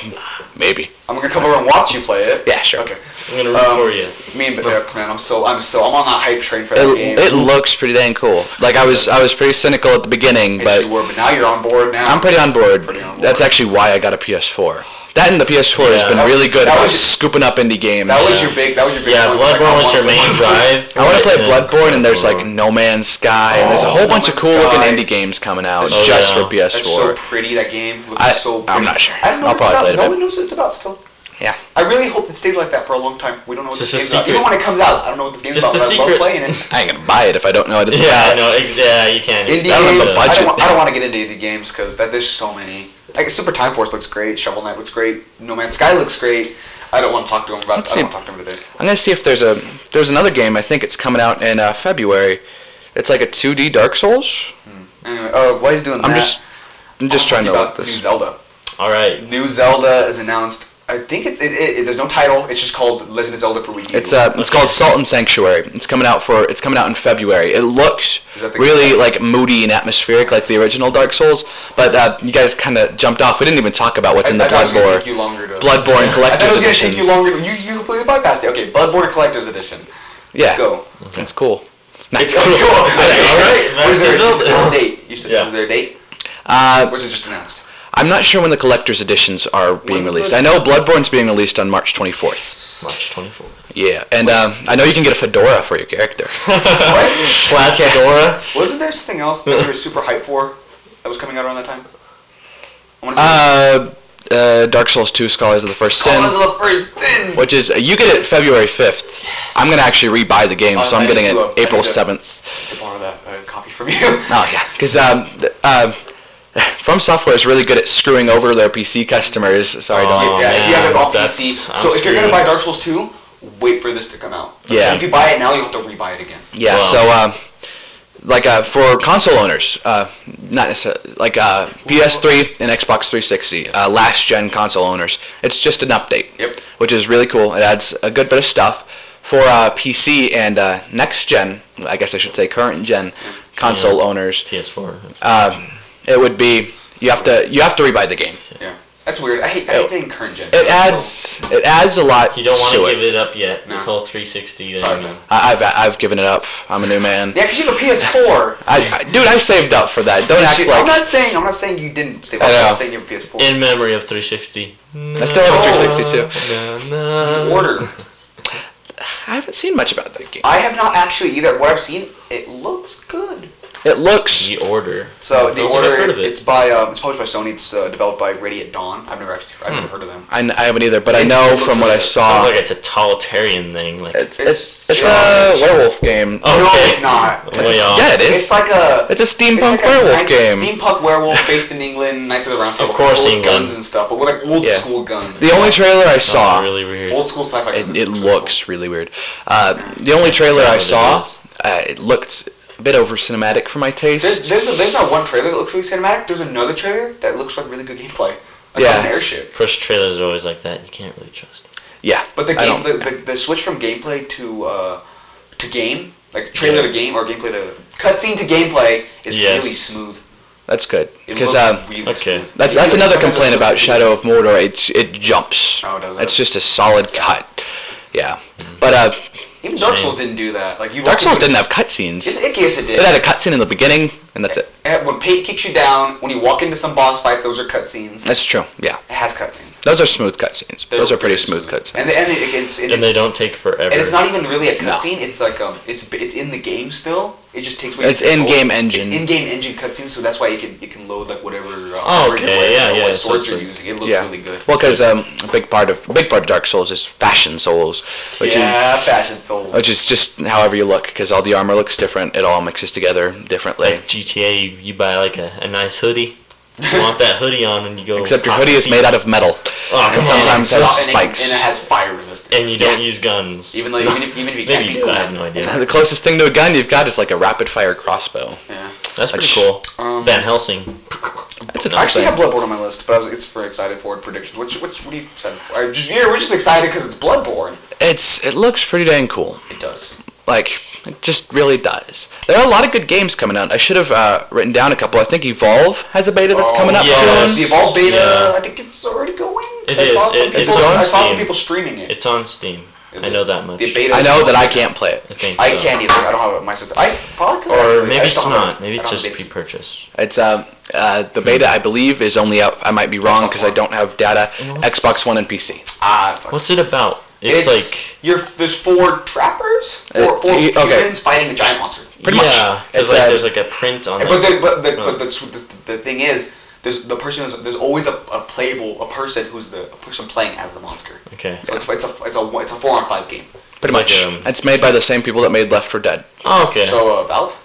S1: maybe.
S3: I'm gonna come over and watch you play it.
S1: Yeah, sure.
S3: Okay.
S2: I'm gonna root
S3: Um,
S2: for you.
S3: Me and yeah, man, I'm so I'm so I'm on that hype train for that game.
S1: It, it looks pretty dang cool. Like I was, I was pretty cynical at the beginning,
S3: Yes,
S1: but
S3: you were, but now you're on board now.
S1: I'm pretty on board.
S3: Pretty on board.
S1: That's actually why I got a PS4. That and the PS4
S2: Yeah.
S1: has been really good
S3: That
S1: about
S3: was-
S1: scooping up indie games.
S3: That was your big. That was your big.
S2: Yeah,
S3: point,
S2: Bloodborne
S3: like, I
S2: was your
S3: wanna <laughs>
S2: main
S3: play-
S2: drive.
S1: I want to play
S2: then-
S1: Bloodborne, and
S2: <laughs>
S1: there's like No Man's Sky, and there's a
S3: Oh,
S1: whole
S3: No
S1: bunch of
S3: Man's
S1: cool looking
S3: Sky.
S1: indie games coming out
S2: Oh,
S1: just
S2: yeah.
S1: for PS4.
S3: That's so pretty. That game looks
S1: I-
S3: so.
S1: I'm
S3: Pretty.
S1: not sure.
S3: I don't know
S1: I'll
S3: what it's
S1: probably
S3: about.
S1: play it a
S3: No
S1: bit.
S3: one knows what it's about still.
S1: Yeah.
S3: I really hope it stays like that for a long time. We don't know what
S2: It's
S3: this
S2: just
S3: game's
S2: a
S3: about. Even
S2: secret.
S3: when it comes out, I don't know what this game's
S2: Just
S3: about,
S2: a
S3: but I love
S2: secret.
S1: <laughs>
S3: playing it.
S1: I ain't gonna buy it if I don't know what it's
S2: Yeah,
S1: about.
S2: no, ex- yeah, you can't.
S3: Indie
S1: I
S2: expect
S1: don't have
S3: games,
S1: the
S2: to-
S3: I
S1: budget.
S3: don't, wa- I don't want to get into indie games because there's so many. Like Super Time Force looks great. Shovel Knight looks great. No Man's Sky looks great. I don't want to talk to him about.
S1: Let's
S3: I don't
S1: see.
S3: want to talk to him today.
S1: I'm gonna see if there's a there's another game. I think it's coming out in uh, February. It's like a 2D Dark Souls.
S3: Anyway, uh, why is doing
S1: I'm
S3: that?
S1: just I'm just trying to look
S3: about New
S1: this.
S3: Zelda.
S2: All right.
S3: New Zelda is announced. I think it's it, it, it- there's no title. It's just called Legend of Zelda for Wii U.
S1: It's uh, it's
S2: Okay.
S1: called Salt and Sanctuary. It's coming out for it's coming out in February. It looks
S3: Is that the-
S1: really like moody and atmospheric, like the original Dark Souls. But uh, you guys kind of jumped off. We didn't even talk about what's
S3: I,
S1: in the
S3: I thought it was
S1: Blood
S3: gonna
S1: Lore.
S3: take you longer to.
S1: Bloodborne
S3: I thought it
S1: Collector's
S3: was gonna take you
S1: Editions.
S3: longer. You you completely bypassed it. Okay, Bloodborne Collector's Edition.
S1: Yeah,
S3: Go.
S1: that's cool. That's <laughs>
S2: It's
S3: <laughs>
S2: cool. It's like,
S1: Okay.
S2: all right.
S3: Was there
S2: Zelda-
S3: is there a date? You said
S2: Yeah.
S3: is there a date?
S1: Uh,
S3: Or is it just announced?
S1: I'm not sure when the collector's editions are being
S3: was
S1: released.
S3: it?
S1: I know Bloodborne's being released on March 24th.
S2: March 24th. <laughs>
S1: Yeah, and um, I know you can get a fedora for your
S3: <laughs>
S1: character.
S3: What?
S2: Plaid fedora.
S3: Wasn't there something else that
S2: <laughs>
S3: you were super hyped for that was coming out around that time? I want to
S1: Uh, uh, Dark Souls 2: Scholars of the First Sin.
S3: the first sin.
S1: which is you get it February 5th. I'm gonna actually rebuy the game,
S3: Oh,
S1: so I'm
S3: I
S1: getting
S3: need
S1: it
S3: to, uh, I
S1: April
S3: need to-
S1: 7th.
S3: To borrow that uh, copy from you.
S1: Oh yeah, because um, th- um, <laughs> From Software is really good at screwing over their PC customers. Sorry,
S2: Oh,
S1: don't.
S3: yeah, if you have it
S2: man,
S3: on
S2: that's-
S3: PC.
S2: I'm
S3: So if you're gonna
S2: screwed.
S3: buy Dark Souls 2, wait for this to come out.
S1: Yeah.
S3: If you buy it now, you'll have to rebuy it again.
S1: Yeah.
S2: Wow.
S1: So um, like uh, for console owners, uh, not necessarily like uh, PS3 and Xbox 360, uh, last gen console owners, it's just an update.
S3: Yep.
S1: Which is really cool. It adds a good bit of stuff for uh, PC and uh, next gen. I guess I should say current gen console
S2: Yeah.
S1: owners.
S2: PS4.
S1: um, it would be you have to you have to rebuy the game.
S3: Yeah. That's weird. I hate, I
S1: It-
S3: hate saying current gen.
S1: It adds it adds a lot.
S2: You don't want to
S1: it.
S2: give it up yet.
S3: No.
S2: With whole 360. Then
S3: Sorry, man.
S1: I, I've I've given it up. I'm a new man.
S3: Yeah, because you have a
S1: <laughs>
S3: PS4.
S1: I, I- dude, I saved up for that. Don't act
S3: Shit,
S1: like
S3: I'm not saying I'm not saying you didn't save
S1: I
S3: up. I'm
S1: know.
S3: not saying you have a PS4.
S2: In memory of 360.
S1: I still have a 360
S2: too. No, no.
S3: order.
S1: I haven't seen much about that game.
S3: I have not actually either. What I've seen, it looks good.
S1: It looks
S2: The order.
S3: So
S2: Don't
S3: the
S2: think
S3: order,
S2: I've heard of it.
S3: it's by um, it's published by Sony. It's uh, developed by Radiant Dawn. I've never actually, I've never
S1: Hmm.
S3: heard of them.
S1: I, n- I haven't either, but I
S3: It
S1: know
S3: looks
S1: from what I
S3: like a-
S1: saw,
S2: Sounds like a totalitarian thing. Like
S1: it's
S3: It's
S1: it's it's a
S3: giant.
S1: werewolf game.
S2: Oh,
S3: no,
S2: okay.
S3: it's not.
S2: Way off.
S1: yeah, it
S3: It's
S1: is.
S3: like a
S1: It's a
S3: it's
S1: steampunk
S3: like a
S1: werewolf
S3: knight-
S1: game.
S3: Steampunk werewolf based in England, Knights of the Round Table.
S2: Of course,
S3: Old
S2: England.
S3: guns and stuff, but with like old
S1: Yeah.
S3: school guns.
S1: The only trailer I
S2: Sounds
S1: saw
S2: Really weird.
S3: old school sci-fi.
S1: It,
S3: guns.
S1: it looks really weird. Uh, the only trailer I saw, uh, it looked a bit over cinematic for my
S3: There's
S1: taste.
S3: there's, a, there's not one trailer that looks really cinematic. There's another trailer that looks like really good gameplay. Like
S1: Yeah.
S3: an airship.
S2: Of course, trailers are always like that. You can't really trust.
S1: Yeah,
S3: But the
S1: I
S3: game,
S1: don't-
S3: the, the, the switch from gameplay to uh, to game, like trailer to game or gameplay to cutscene to gameplay, is
S2: Yes.
S3: really smooth.
S1: that's good
S3: It
S1: because
S3: looks
S1: um,
S3: really
S2: Okay.
S3: smooth.
S1: that's that's
S3: It really
S1: another
S3: sometimes
S1: complaint
S3: looks
S1: about
S3: really
S1: Shadow of Mordor. It's it jumps.
S3: Oh, does it? Hmm.
S1: It's just a solid cut. Yeah, but uh,
S3: good. Even Dark
S2: Shame.
S3: Souls didn't do that. Like you.
S1: Dark
S3: walked
S1: Souls
S3: into-
S1: didn't have cutscenes.
S3: It's icky as it did.
S1: It had a cutscene in the beginning, and that's it.
S3: And when Pate kicks you down, when you walk into some boss fights, those are cutscenes. It
S1: That's true. Yeah,
S3: has cutscenes.
S1: those are smooth cutscenes.
S3: They're
S1: Those are pretty smooth cutscenes.
S3: And, the- and, it, it's, and,
S2: And they
S3: it's,
S2: don't take forever.
S3: and it's not even really a
S1: No.
S3: cutscene. It's like um, it's it's in the game still. It just takes. away
S1: It's
S3: your control.
S1: in-game engine.
S3: It's in-game engine cutscene, so that's why you can you can load like whatever. Uh,
S2: Oh,
S3: weapon
S2: okay,
S3: or
S2: yeah,
S3: what
S2: yeah, so
S3: Swords
S2: it's
S3: you're
S2: like-
S3: using. It looks
S1: Yeah.
S3: really good.
S1: Well, because um, a big part of a big part of Dark Souls is fashion souls, which is
S3: yeah, fashion soul.
S1: Which is just however you look, because all the armor looks different. It all mixes together differently.
S2: like GTA. You, you buy like a, a nice hoodie. You
S3: <laughs>
S2: want that hoodie on when you
S3: Oh,
S2: go.
S1: Except your
S2: pop
S1: hoodie is
S2: some
S1: made out
S2: peas.
S1: of metal.
S2: Oh, come
S1: and
S2: on.
S1: sometimes
S3: and,
S1: has
S3: it-
S1: spikes.
S3: and it has fire resistance.
S2: And you don't use guns.
S3: even though
S2: <laughs>
S3: even if, even if you can't
S2: Maybe
S3: be
S2: you do, I have no
S3: cool.
S2: idea.
S1: <laughs> the closest thing to a gun you've got is like a rapid fire crossbow.
S3: Yeah.
S2: That's pretty
S1: Ach.
S2: cool.
S3: Um,
S2: Van Helsing.
S1: That's an
S3: I
S1: actually.
S3: actually have Bloodborne on my list, but I was, it's for excited for predictions. Which, which, what are you excited for? I just, yeah, we're just excited because it's Bloodborne.
S1: It's it looks pretty dang cool.
S3: It does.
S1: Like it just really does. There are a lot of good games coming out. I should have uh, written down a couple. I think Evolve has a beta that's
S3: Oh,
S1: coming up
S2: yeah.
S1: soon.
S3: The Evolve beta,
S2: Yeah.
S3: I think it's already going.
S2: It
S3: I Saw
S2: is.
S3: some
S2: It-
S3: people,
S1: it's on
S3: I saw some
S2: Steam.
S3: people streaming it.
S2: It's on Steam.
S3: Is
S2: I
S3: it?
S2: know that much.
S3: The beta.
S1: I know that I can't play it.
S2: I think.
S3: I
S2: so.
S3: can't either. I don't have it on my system. I probably could.
S2: Or
S3: actually. I
S2: maybe
S3: just
S2: it's
S3: don't have
S2: not.
S3: it.
S2: Maybe
S3: I
S2: it's
S3: don't have
S2: just
S3: it.
S2: pre-purchase.
S1: It's um uh, the beta I believe is only out. I might be wrong because I don't have data. Xbox One and PC.
S3: Ah, it's like,
S2: What's it about? It's, like
S3: you're there's four trappers,
S1: Uh,
S3: four, four
S1: y- okay.
S3: humans fighting a giant monster.
S1: Pretty much.
S2: yeah, 'cause
S1: It's,
S2: like
S1: uh,
S2: there's like a print on.
S3: But
S2: it.
S3: the, but the, but the, the, the thing is, there's the person is, there's always a, a playable a person who's the a person playing as the monster.
S2: Okay.
S3: So it's, it's a it's a it's a four on five game.
S1: Pretty
S2: Like,
S1: much.
S2: um,
S1: it's made by the same people that made Left for Dead.
S2: Oh, okay.
S3: So uh, Valve.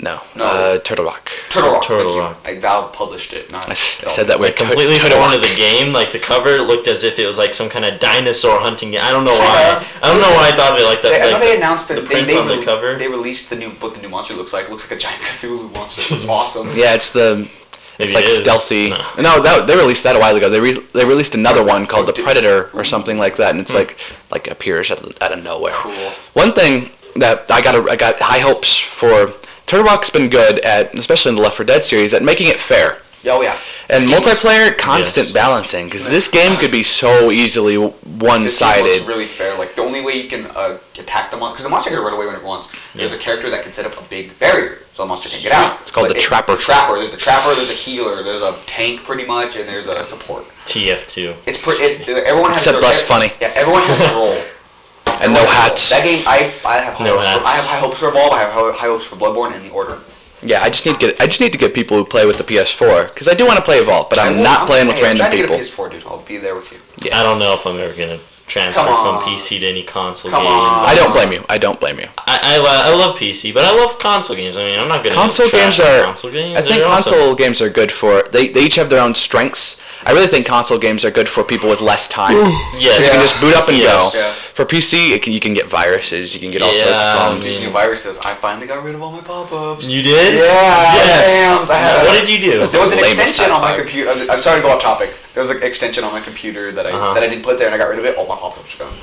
S1: No.
S3: No.
S1: Uh, Turtle Rock.
S3: Turtle Rock.
S2: Turtle
S3: thank you.
S2: Rock.
S3: Like Valve published it. Not
S1: I, s- I said that way.
S2: like completely
S1: Tur-
S2: hood onto the game. Like the cover looked as if it was like some kind of dinosaur hunting game. I don't know why. I don't know why I thought of it like that.
S3: They, I know
S2: like
S3: they
S2: the-
S3: announced
S2: the
S3: that they,
S2: print
S3: they,
S2: on the
S3: re-
S2: cover.
S3: they released the new what the new monster looks like. It looks like a giant <laughs> Cthulhu monster.
S2: <laughs>
S3: It's awesome.
S1: Yeah, it's the.
S2: Maybe
S1: It's
S2: it
S1: like
S2: is.
S1: stealthy.
S2: No.
S1: No, that, they released that a while ago. They re- they released another one called The
S3: Did-
S1: Predator or something like that, and
S2: Hmm.
S1: it's like like appears out of, out of nowhere.
S3: Cool.
S1: One thing that I got a, I got high hopes for Turtle Rock's been good at, especially in the Left 4 Dead series, at making it fair.
S3: Yeah, oh yeah.
S1: And multiplayer constant
S2: Yes.
S1: balancing because this game could be so easily w-
S3: This game looks
S1: one-sided.
S3: really fair. Like the only way you can uh, attack the monster because the monster can run away when it wants. There's a character that can set up a big barrier so the monster can get out.
S1: It's called
S3: But
S1: the Trapper.
S3: The trapper. There's the trapper. There's a healer. There's a tank pretty much, and there's a support.
S2: TF2.
S3: It's pretty. It, everyone has
S1: Except
S3: their,
S1: Bus
S3: ev-
S1: Funny.
S3: Yeah, everyone has a role.
S1: <laughs> and no
S3: Everyone has a
S1: hats.
S3: role. That game, I, I have high
S2: No
S3: hopes
S2: hats.
S3: For, I have high hopes for Evolve. I have ho- high hopes for Bloodborne and the Order.
S1: Yeah, I just need to get I just need to get people who play with the PS4 because I do want to play Evolve, but
S3: I
S1: I'm
S3: will-
S1: not playing with
S3: hey, I'm
S1: random
S3: trying to
S1: people.
S3: get a PS4, dude. I'll be there with you.
S1: Yeah.
S2: I don't know if I'm ever gonna transfer
S3: Come
S2: from
S3: on.
S2: PC to any console
S3: Come
S2: game.
S3: on.
S2: but
S1: I don't blame you. I don't blame you.
S2: I, I, lo- I love PC, but I love console games. I mean, I'm not gonna
S1: Console
S2: trash
S1: games are.
S2: console games.
S1: I think
S2: They're awesome.
S1: console games are good for. They, they each have their own strengths. I really think console games are good for people with less time.
S2: Yes.
S1: You can just boot up and
S2: Yes.
S1: go.
S3: Yeah.
S1: For PC, it can, you can get viruses. You can get all sorts
S2: Yeah,
S1: of
S2: I
S1: problems.
S2: mean-
S3: Speaking of viruses, I finally got rid of all my pop-ups.
S2: You did?
S3: Yes.
S2: Yes.
S3: I had a-
S2: what did you do?
S1: was
S3: There was an
S1: Lamest
S3: extension on my
S1: high-five.
S3: computer. uh, I'm I'm sorry to go off topic. There was an extension on my computer that I
S2: Uh-huh.
S3: that I didn't put there, and I got rid of it. All my pop-ups are gone.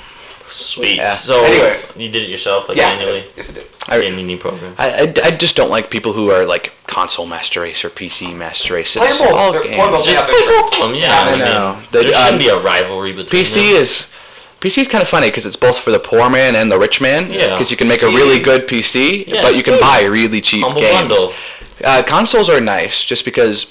S2: Sweet.
S1: Yeah.
S2: So
S3: Anyway.
S2: you did it yourself, like
S3: yeah.
S2: manually,
S3: Yes, it did.
S1: I-
S2: in any program.
S1: I, I, I just don't like people who are like console master race or PC master race.
S3: Play
S1: It's
S3: both.
S1: all
S3: They're
S1: games.
S3: portable.
S2: Just
S3: Yeah,
S2: play
S3: that's true.
S2: both of them, yeah.
S1: I
S2: mean,
S1: know.
S2: There
S1: They-
S2: shouldn't
S1: um,
S2: be a rivalry between
S1: PC
S2: them.
S1: is PC is kind of funny because it's both for the poor man and the rich man.
S2: Yeah.
S1: Because you can make a really good PC,
S2: Yeah,
S1: but you can
S2: Steam.
S1: buy really cheap
S2: Humble
S1: games.
S2: bundle.
S1: Uh, consoles are nice just because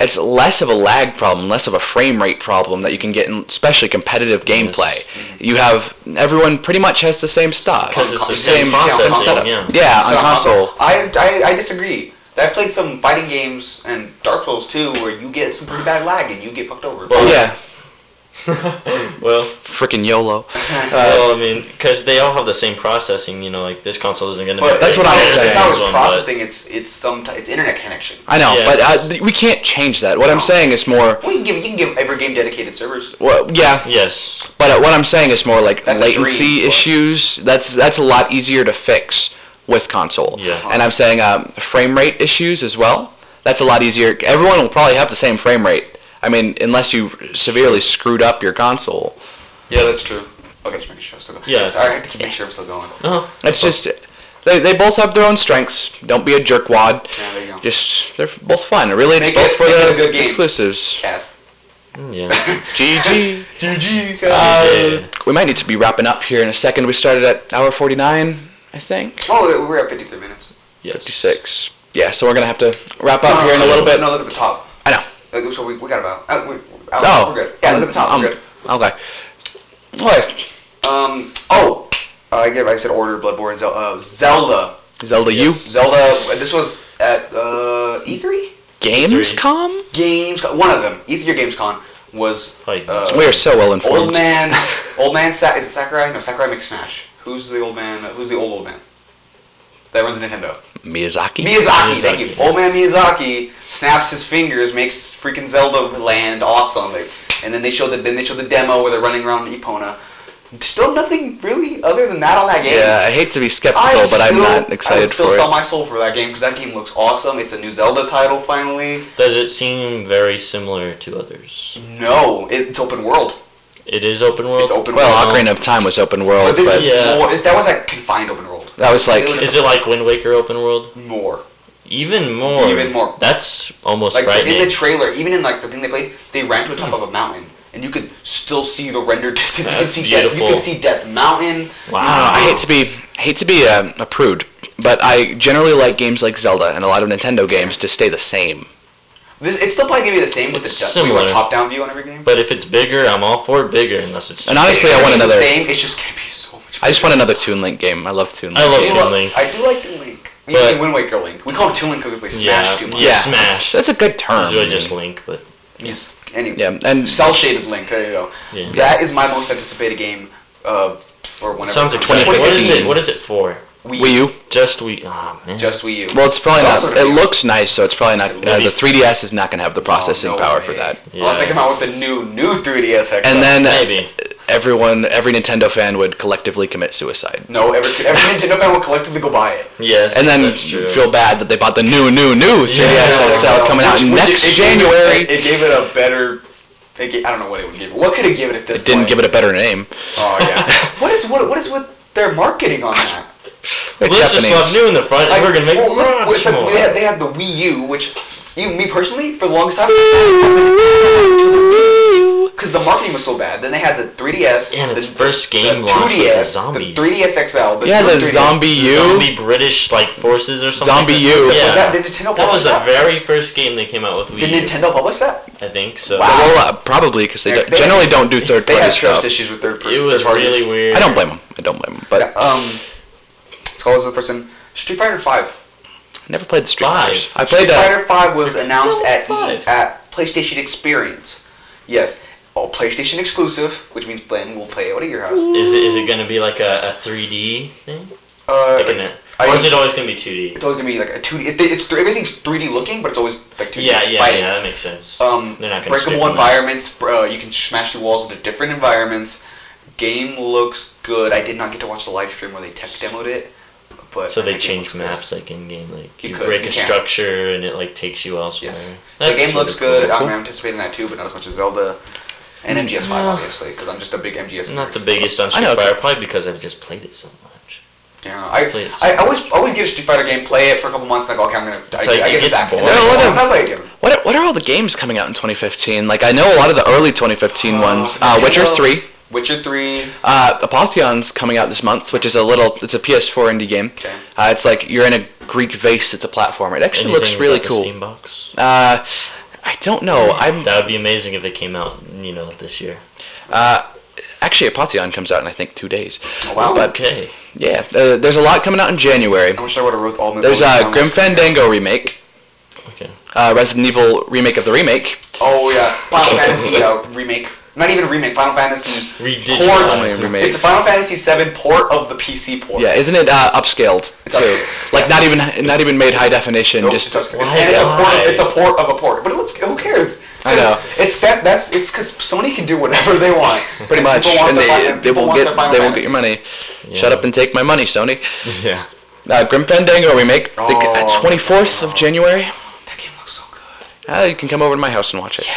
S1: it's less of a lag problem, less of a frame rate problem that you can get in especially competitive gameplay. You have everyone pretty much has the same stuff.
S2: because it's the
S3: Same
S2: same, processing.
S3: setup.
S2: Yeah.
S1: Yeah,
S3: So,
S1: on console.
S3: I, I, I disagree. I've played some fighting games and Dark Souls too, where you get some pretty bad lag and you get fucked over.
S2: Well,
S1: Yeah,
S2: Well,
S1: freaking YOLO. Uh,
S2: well, I mean, because they all have the same processing. You know, like this console isn't going to.
S3: <laughs> But
S1: that's what I was
S3: it's
S1: saying.
S3: not
S1: This
S3: with processing. It's it's some t- it's internet connection.
S1: I know,
S2: Yeah, it's-
S1: but uh, we can't change that. What I'm
S3: No.
S1: saying is more.
S3: Well, you can give you can give every game dedicated servers.
S1: Well, yeah,
S2: Yes.
S1: But uh, what I'm saying is more like
S3: That's a dream,
S1: latency
S3: but-
S1: issues. That's that's a lot easier to fix with console.
S2: Yeah.
S1: And I'm saying um, frame rate issues as well. That's a lot easier. Everyone will probably have the same frame rate. I mean, unless you severely screwed up your console.
S3: Yeah, that's true. Okay, just making sure I'm still going.
S2: Yeah.
S3: Sorry, I have to keep making sure I'm still going.
S2: Oh.
S1: It's just they, they both have their own strengths. Don't be a jerkwad.
S3: Yeah, there you go.
S1: Just they're both fun. Really, it's
S3: Make
S1: both
S3: it-
S1: for
S3: make it a
S1: the
S3: good game.
S1: exclusives.
S3: <laughs> Cast.
S1: <laughs>
S2: mm, Yeah.
S1: GG.
S3: GG.
S1: Uh,
S2: Yeah.
S1: we might need to be wrapping up here in a second. We started at hour 49, I think.
S3: oh, we're at 53 minutes.
S2: Yes.
S1: 56. Yeah, so we're gonna have to wrap up
S3: No,
S1: here in a
S3: no,
S1: little
S3: no,
S1: bit.
S3: No, look at the top.
S1: I know.
S3: Like, so we, we got about. Uh, we, uh,
S1: Oh,
S3: we're good. Yeah, look at the top.
S1: Um,
S3: we're good.
S1: Okay. Okay.
S3: Um. Oh. Uh, I get. I said order Bloodborne. Zelda. Uh, Zelda.
S1: Zelda
S2: Yes.
S3: Zelda. This was at uh, E3
S1: U Gamescom.
S3: Games. One of them. E E3 or GamesCon was.
S2: Like,
S3: Uh,
S1: We are so well
S3: Old
S1: informed.
S3: man.
S1: <laughs>
S3: old man. Sa- is it Sakurai? No, Sakurai makes Smash. Who's the old man? Who's the old old man? That runs Nintendo.
S1: Miyazaki.
S3: Miyazaki, thank you.
S2: Miyazaki.
S3: Old man Miyazaki snaps his fingers, makes freaking Zelda land awesome. Like, and then they show the then they show the demo where they're running around Epona. Still nothing really other than that on that game.
S1: Yeah, I hate to be skeptical,
S3: I
S1: but I'm
S3: still-
S1: not
S3: I
S1: excited
S3: would still
S1: for
S3: sell
S1: it.
S3: my soul for that game because that game looks awesome. It's a new Zelda title finally.
S2: Does it seem very similar to others?
S3: No, it, it's open world.
S2: It is open world.
S3: It's open
S1: Well,
S3: world.
S1: Ocarina of Time was open world,
S3: But this
S1: but
S3: is
S2: Yeah.
S3: more. That was like confined open world.
S1: that was like
S3: It
S2: Is it like Wind Waker open world?
S3: More.
S2: Even more.
S3: Even more.
S2: That's almost
S3: Like
S2: frightening.
S3: in the trailer, even in like the thing they played, they ran to the top of a mountain, and you could still see the render <laughs> distance. you could
S2: That's
S3: see Death, you
S2: beautiful.
S3: could see Death Mountain.
S1: I don't know,
S2: wow.
S1: I hate to be hate to be um, a prude, but I generally like games like Zelda and a lot of Nintendo games to stay the same.
S3: This, it's still probably gonna be the same with the
S2: It's
S3: stuff. We want
S2: similar.
S3: top-down view on every game.
S2: But if it's bigger, I'm all for bigger, unless it's.
S1: And honestly, I
S3: It's
S1: want
S3: gonna be the
S1: another.
S3: Same. It's just gonna be so much.
S1: I just want another Toon Link game. I love Toon Link.
S2: I love
S3: I
S1: games.
S3: do
S2: Toon
S3: like-
S2: Link.
S3: I do like the Link. You
S2: But-
S3: mean Wind Waker Link. We call him Two Link because we play Smash
S2: Yeah.
S3: too much.
S2: Yeah,
S1: Yeah, That's,
S2: Smash.
S1: that's a good term.
S2: It's really
S1: I
S2: just
S1: mean.
S2: Link, but
S3: He's, anyway.
S1: Yeah, and
S3: Cell shaded Link. There you go.
S2: Yeah.
S3: That is my most anticipated game uh, for whenever.
S2: sounds like
S3: it
S2: twenty.
S3: comes out.
S2: What is it?
S1: 2015.
S2: What is it for?
S3: Wii,
S1: Wii U.
S2: Just we. Ah man.
S3: Just Wii U.
S1: Well, it's probably
S3: It's also
S1: not.
S3: gonna
S1: It
S3: be-
S1: looks nice, so it's probably not. Uh,
S2: Maybe.
S1: the 3DS is not going to have the processing
S3: Oh, no
S1: power
S3: way.
S1: for that.
S3: Unless they
S2: Yeah.
S3: come out with a new new 3DS. XL.
S1: And then
S2: Maybe.
S1: everyone, every Nintendo fan would collectively commit suicide.
S3: no, every every Nintendo fan will collectively go buy it.
S2: Yes.
S1: And then
S2: that's true.
S1: feel bad that they bought the new, new, new 3DS
S2: Yeah.
S1: XL coming out
S3: Which- which
S1: next
S3: it- it gave it-
S1: January.
S3: It, gave it a better. It gave, I don't know what it would give it. What could it give it at this
S1: It didn't
S3: point?
S1: give it a better name.
S3: Oh
S1: <laughs>
S3: yeah. what is what what is with their marketing on that?
S1: They're
S2: Let's just
S1: Japanese.
S2: slap new in the front. and we're gonna make
S3: well, look,
S2: lots
S3: it's like
S2: more.
S3: they, had, they had the Wii U, which you me personally for the longest time. Because the marketing was so bad. Then they had the 3DS,
S2: And
S3: the,
S2: its first
S3: the
S2: game launch was the
S3: 2DS, the
S2: zombies.
S3: 3DS XL. The
S1: Yeah,
S3: new
S1: the
S3: 3DS.
S1: zombie U.
S2: Zombie British like forces or something.
S1: Zombie U.
S2: Yeah.
S3: Was that did Nintendo
S2: That
S3: publish
S2: was the
S3: that?
S2: very first game they came out with Wii
S3: Did
S2: U,
S3: Nintendo publish that?
S2: I think so.
S1: Well, well, uh, probably because they,
S3: They-
S1: do-
S3: they-
S1: generally don't do third
S3: They
S1: party
S3: had trust
S1: stuff.
S3: issues with third person.
S2: It was really weird.
S1: I don't blame them. I don't blame them. But
S3: Yeah, um, it's called as the first in Street Fighter Five.
S1: I never played the Street
S2: Five.
S1: Fighters. I
S3: Street
S1: played uh,
S3: Fighter Five was announced at E,
S2: Five.
S3: at PlayStation Experience. Yes, all PlayStation exclusive, which means Blaine will play it at your house.
S2: Is it is it gonna be like a, a 3D thing?
S3: Uh,
S2: Like in it-
S3: I-
S2: or is it always gonna be 2D?
S3: it's always gonna be like a two D. It, it's th- everything's three D looking, but it's always like two D.
S2: Yeah, yeah, yeah. That makes sense.
S3: Um,
S2: They're not gonna stick
S3: breakable
S2: on that.
S3: environments. Uh, you can smash through walls into different environments. Game looks good. I did not get to watch the live stream where they tech demoed it, but
S2: So
S3: I
S2: they
S3: think it
S2: change
S3: looks good.
S2: maps like in game, like
S3: You
S2: you,
S3: could,
S2: break
S3: you
S2: a
S3: can.
S2: structure and it like takes you elsewhere.
S3: Yes.
S2: That's
S3: the game
S2: really
S3: looks good.
S2: cool.
S3: I'm anticipating that too, but not as much as Zelda and MGS5,
S2: No.
S3: obviously, because I'm just a big MGS.
S2: I'm not the
S3: nerd.
S2: biggest on
S1: I
S2: Street
S1: know.
S2: Fighter, probably because I've just played it so much.
S3: Yeah, I,
S2: Play it
S3: I, I always I always get a Street Fighter game, play it for a couple months, and like, okay, I'm gonna. I,
S2: like
S3: I
S2: it
S3: get
S2: gets
S3: it back.
S2: boring.
S3: And then
S1: No,
S3: I
S1: let
S3: go,
S1: him-
S3: I'm not playing it.
S1: what are, what are all the games coming out in 2015? Like I know a lot of the early
S3: Oh,
S1: 2015 ones. Uh, Witcher
S3: Halo,
S1: 3.
S3: Witcher Three.
S1: Uh, Apotheon's coming out this month, which is a little. It's a PS4 indie game.
S3: Okay.
S1: Uh, it's like you're in a Greek vase. It's a platformer. It actually looks
S2: Anything
S1: really
S2: about the
S1: cool.
S2: Steam box?
S1: Uh, I don't know. I'm
S2: That would be amazing if it came out, you know, this year.
S1: uh, actually Apotheon comes out in I think two days.
S3: Oh, wow.
S1: But
S2: Okay.
S1: yeah, uh, there's a lot coming out in January.
S3: I wish I would have wrote all. the-
S1: There's
S3: all the
S1: a
S3: comments.
S1: Grim Fandango remake,
S2: Okay.
S1: uh, Resident Evil remake of the remake.
S3: Oh yeah,
S2: <laughs>
S3: Final Fantasy uh, remake. Not even remake. Final Fantasy
S2: Redigitalized.
S3: port.
S1: Only remakes.
S3: It's a Final Fantasy VII port of the PC port.
S1: Yeah, isn't it uh, upscaled
S3: It's
S1: too?
S3: upscaled.
S1: Like not even not even made high definition.
S3: Nope,
S1: just
S3: it's, upscale.
S2: Why?
S3: It's- and it's, a port,
S2: Why?
S3: it's a port of a port, but it looks. Who cares?
S1: I know.
S3: It's that. That's. It's because Sony can do whatever they want.
S1: <laughs> pretty much,
S3: People want
S1: and
S3: the fi-
S1: they, they
S3: people
S1: will
S3: want
S1: get
S3: their Final
S1: they will get
S3: Fantasy.
S1: your money. Shut
S2: Yeah.
S1: up and take my money, Sony.
S2: <laughs> Yeah.
S1: Uh, Grim Fandango remake,
S3: Oh.
S1: the twenty fourth of January.
S3: That game looks so good.
S1: Uh, you can come over to my house and watch it.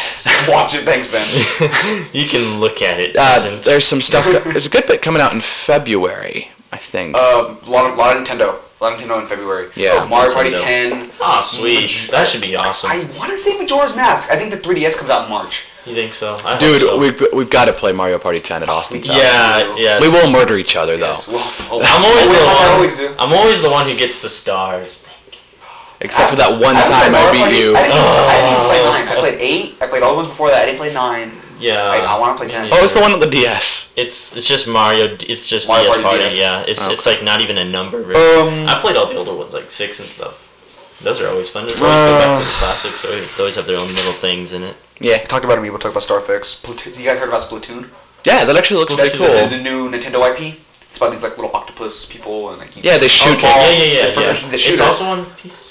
S3: <laughs> Watch it, thanks,
S1: <laughs>
S3: Ben.
S2: you can look at it.
S1: Uh,
S2: doesn't-
S1: there's some stuff.
S3: <laughs>
S1: There's a good bit coming out in February, I think.
S3: Um, a lot of, lot of Nintendo. A lot of Nintendo in February.
S1: Yeah.
S3: Oh, Mario Party
S2: Nintendo.
S3: 10.
S2: Aw, Ah, sweet. That should be awesome.
S3: I want to say Majora's Mask. I think the 3DS comes out in March.
S2: you think so? I hope
S1: Dude,
S2: so.
S1: we've we've got to play Mario Party ten at Austin's house.
S2: yeah, yeah.
S1: We will murder each other though.
S3: Yes, well, oh,
S2: I'm always
S3: oh,
S2: the
S3: yeah,
S2: one.
S3: I always do.
S2: I'm always the one who gets the stars.
S1: Except for that one
S3: I haven't
S1: time I
S3: played Mario Party-
S1: beat you.
S3: I didn't, I didn't even play
S2: Oh.
S3: nine. I played eight. I played all the ones before that. I didn't play nine.
S2: Yeah.
S3: I, I want to play ten.
S1: Oh, it's the one with the DS.
S2: It's it's just Mario. D- It's just
S3: Mario
S2: DS
S3: Party
S2: Party.
S3: DS.
S2: Yeah. It's
S1: Oh,
S2: it's like not even a number. Really.
S3: Um,
S2: I played all the older ones like six and stuff. Those are always fun. Just always go back to the classics. They always- they always have their own little things in it.
S1: Yeah,
S3: Talk about Amiibo. Talk about Starfix. Splatoon. You guys heard about Splatoon?
S1: yeah, that actually looks very
S2: That's the-
S1: cool.
S3: The, the new Nintendo IP. It's about these like little octopus people and like. You
S1: Yeah, they shoot.
S3: Okay.
S2: Yeah,
S3: Oh,
S2: yeah,
S3: I
S2: yeah,
S3: forgot
S2: yeah.
S3: the
S2: It's
S3: shooter.
S2: also on PC.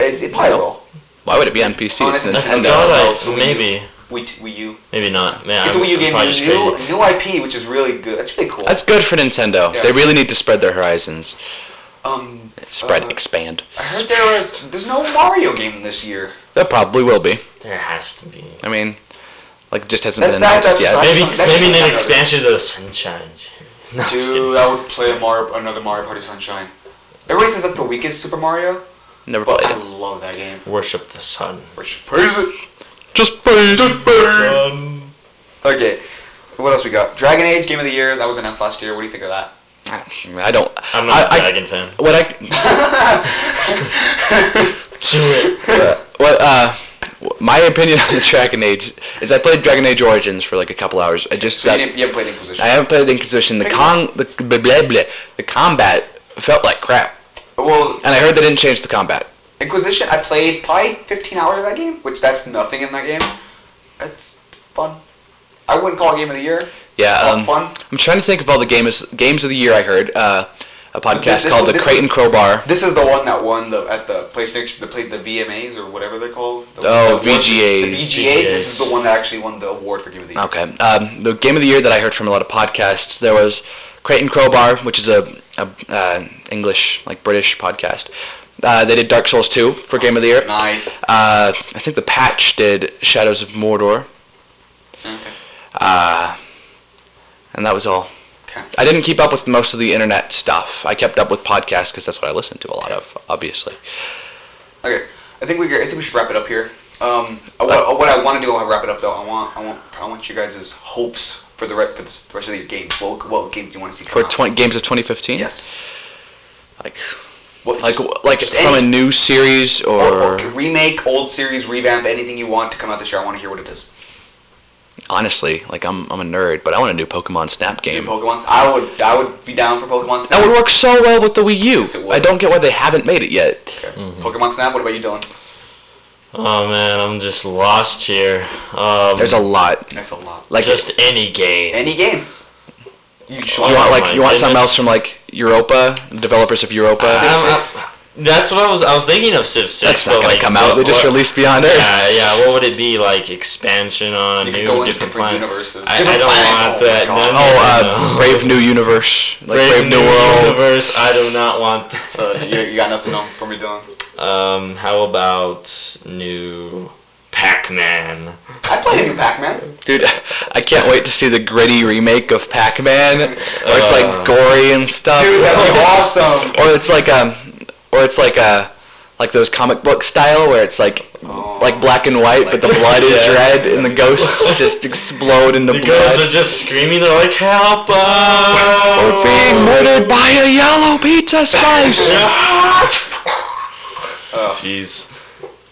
S3: It, it probably will.
S1: Why would it be on PC? It's
S3: Honestly,
S2: That's
S1: Nintendo.
S2: God, I-
S3: So we-
S2: maybe,
S3: Wii, t- Wii U.
S2: maybe not. Man,
S3: It's a
S2: I'm-
S3: Wii U
S2: I'm
S3: game.
S2: probably
S3: New,
S2: just
S3: new,
S2: crazy.
S3: new IP, which is really good. That's really cool.
S1: That's good for Nintendo.
S3: Yeah.
S1: They really need to spread their horizons,
S3: um.
S1: spread,
S3: uh,
S1: expand.
S3: I heard there was. There's no Mario game this year.
S1: There probably will be.
S2: There has to be.
S1: I mean, like it just hasn't been
S3: That- that-
S1: announced
S3: that's
S1: yet.
S3: not-
S2: Maybe
S3: just- that's
S2: maybe
S3: just
S2: an
S3: another-
S2: expansion to the Sunshine series. <laughs> No, I'm
S3: Dude, I would play a Mario, another Mario Party Sunshine. Everybody says that's the weakest Super Mario,
S1: Never
S3: but
S1: played
S3: I
S1: it.
S3: love that game.
S2: kidding. Worship the sun.
S3: Which praise it.
S1: Just please,
S2: Sun.
S3: Okay, what else we got? Dragon Age Game of the Year that was announced last year. What do you think of that?
S1: Ah, I don't.
S2: I'm not a
S1: I- I-
S2: dragon fan.
S1: What I
S2: Do it.
S1: what uh. My opinion <laughs> on the Dragon Age is I played Dragon Age Origins for like a couple hours. I just
S3: So you,
S1: got
S3: didn't, you haven't played Inquisition.
S1: I haven't played Inquisition. The con the blah, blah, blah, the combat felt like crap.
S3: Well,
S1: And I heard they didn't change the combat.
S3: Inquisition, I played probably 15 hours of that game, which that's nothing in that game. It's fun. I wouldn't call it game of the year.
S1: Yeah,
S3: but
S1: um,
S3: fun.
S1: I'm trying to think of all the games games of the year I heard. Uh, a podcast
S3: This- this-
S1: called The
S3: this-
S1: Creighton Crowbar.
S3: This is the one that won the at the PlayStation. They played the VMAs or whatever they're called. The,
S1: Oh,
S3: the award-
S1: VGAs.
S3: The VGAs. This is
S2: VGAs.
S3: the one that actually won the award for game of the year.
S1: Okay. Um, the game of the year that I heard from a lot of podcasts, there was Creighton Crowbar, which is a, a uh, English, like British podcast. Uh, they did Dark Souls 2 for Game of the Year.
S3: Nice.
S1: Uh, I think The Patch did Shadows of Mordor,
S3: Okay.
S1: and that was all.
S3: Okay.
S1: I didn't keep up with most of the internet stuff. I kept up with podcasts because that's what I listened to a lot of, obviously.
S3: Okay, I think we I think we should wrap it up here. Um, I, what, what I want to do, I'll wrap it up though. I want I want I want you guys' hopes for the re- for this- the rest of your game. What, what game do you want to see?
S1: For
S3: come out?
S1: 20, games of 2015?
S3: Yes.
S1: Like,
S3: What,
S1: like, like
S3: just
S1: from a
S3: any-
S1: new series or.
S3: or, or c- remake, old series, revamp, anything you want to come out this year. I want to hear what it is.
S1: honestly, like I'm, I'm a nerd, but I want a new Pokemon Snap
S3: New
S1: game.
S3: Pokemon. I would I would be down for Pokemon Snap.
S1: That would work so well with the Wii U.
S3: Yes, it would.
S1: I don't get why they haven't made it yet.
S3: Okay.
S2: Mm-hmm.
S3: Pokemon Snap. What about you, Dylan?
S2: Oh man, I'm just lost here. Um,
S1: There's a lot.
S3: That's a lot.
S1: Like
S2: just any game.
S3: Any game. You
S1: you
S3: sure?
S2: Oh
S1: want
S2: my
S1: like you want something else
S2: goodness.
S1: from like Europa, developers of Europa.
S2: I don't-
S3: Civ Six.
S2: that's what I was. I was thinking of Civ
S1: That's
S2: Six. but
S1: not gonna
S2: like,
S1: come out.
S2: what-
S1: They just
S2: what-
S1: released Beyond Earth.
S2: Yeah, yeah. What would it be like? Expansion on
S3: You
S2: new
S3: could go into
S2: different, planet.
S3: different universes.
S2: I,
S3: Different
S2: I don't want
S3: planets. Oh my
S2: that. No,
S3: God.
S2: no,
S1: Oh,
S2: no,
S1: uh,
S2: no.
S1: Brave New Universe, like
S2: Brave, New
S1: World.
S2: Universe. I do not want. That.
S3: So you,
S2: <laughs>
S3: you got nothing on from me, Dylan.
S2: Um, how about new Pac-Man?
S3: I played a new Pac-Man.
S1: Dude, <laughs> I can't wait to see the gritty remake of Pac-Man, where it's
S2: Uh.
S1: like gory and stuff.
S3: Dude,
S1: <laughs>
S3: that'd be awesome.
S1: or it's like um, or it's like a, like those comic book style where it's like,
S3: Oh.
S1: like black and white, but the
S2: Like-
S1: blood is
S2: Yeah.
S1: red and the ghosts just explode in the,
S2: The girls are
S1: blood.
S2: just screaming. They're like, "Help uh, oh."
S1: We're
S3: Oh,
S2: us!"
S1: being murdered by a yellow pizza slice.
S2: <laughs>
S3: <laughs> Oh,
S2: Jeez,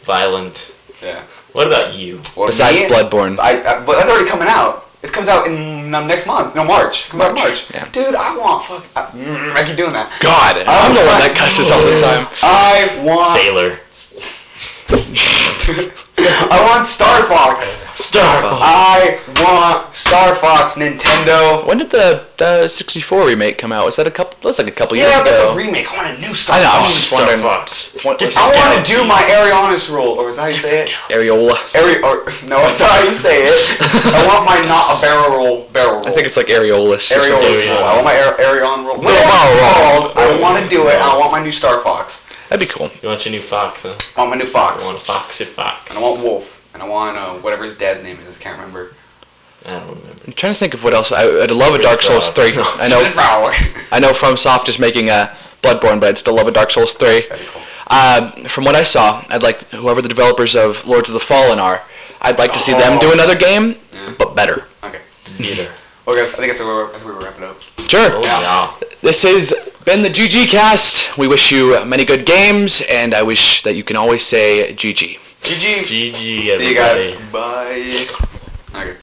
S2: violent.
S3: yeah.
S2: What about you?
S3: Well,
S1: Besides
S3: me-
S1: Bloodborne,
S3: I, I, but that's already coming out. It comes out in um, next month. No, March. Come out in March.
S1: yeah.
S3: Dude, I want fuck. I, mm, I keep doing that.
S1: God, I'm the one that cusses all the time.
S3: I want.
S2: <laughs> Sailor.
S3: I want Star Fox.
S2: Star.
S3: I want Star Fox Nintendo.
S1: When did the, the 64 remake come out? Was that a couple? That's like a couple years
S3: Yeah, but
S1: ago.
S3: the Oh, remake. I want a new Star
S1: I know. I was
S3: Fox.
S1: just wondering.
S2: Fox.
S1: Pointless.
S3: I want to do my Arianas rule, or is that how you say it?
S1: Areola.
S3: Ari, or, <laughs> no, that's not how you say it. I want my not a barrel roll, barrel roll.
S1: I think it's like areolus. or
S3: Ariel
S1: something.
S2: Ariolus.
S3: roll. I want my Ar- Arion roll. Whatever
S1: ball
S3: it's called, I want to do it. and I want my new Star Fox.
S1: That'd be cool.
S2: You want your new fox, huh?
S3: I want my new
S2: I
S3: Fox.
S2: want a foxy fox.
S3: And I want Wolf. And I want uh, whatever his dad's name is. I can't remember.
S2: I don't remember.
S1: I'm trying to think of what else. I, I'd love a
S2: Stupid
S1: Dark Souls
S2: frog.
S1: three. I
S3: <laughs>
S1: know. I know FromSoft is making a Bloodborne, but I'd still love a Dark Souls three.
S3: That'd be cool.
S1: Uh, from what I saw, I'd like whoever the developers of Lords of the Fallen are. I'd like to see them do
S3: Oh.
S1: another game,
S3: Yeah.
S1: but better.
S3: Okay.
S2: Neither.
S3: Well, guys, I think that's where we're, that's where we're wrapping up.
S1: Sure.
S2: Oh yeah.
S1: This has been the GG Cast. We wish you many good games, and I wish that you can always say GG.
S3: GG.
S2: GG.
S3: See you
S2: everybody.
S3: guys. Bye. Okay.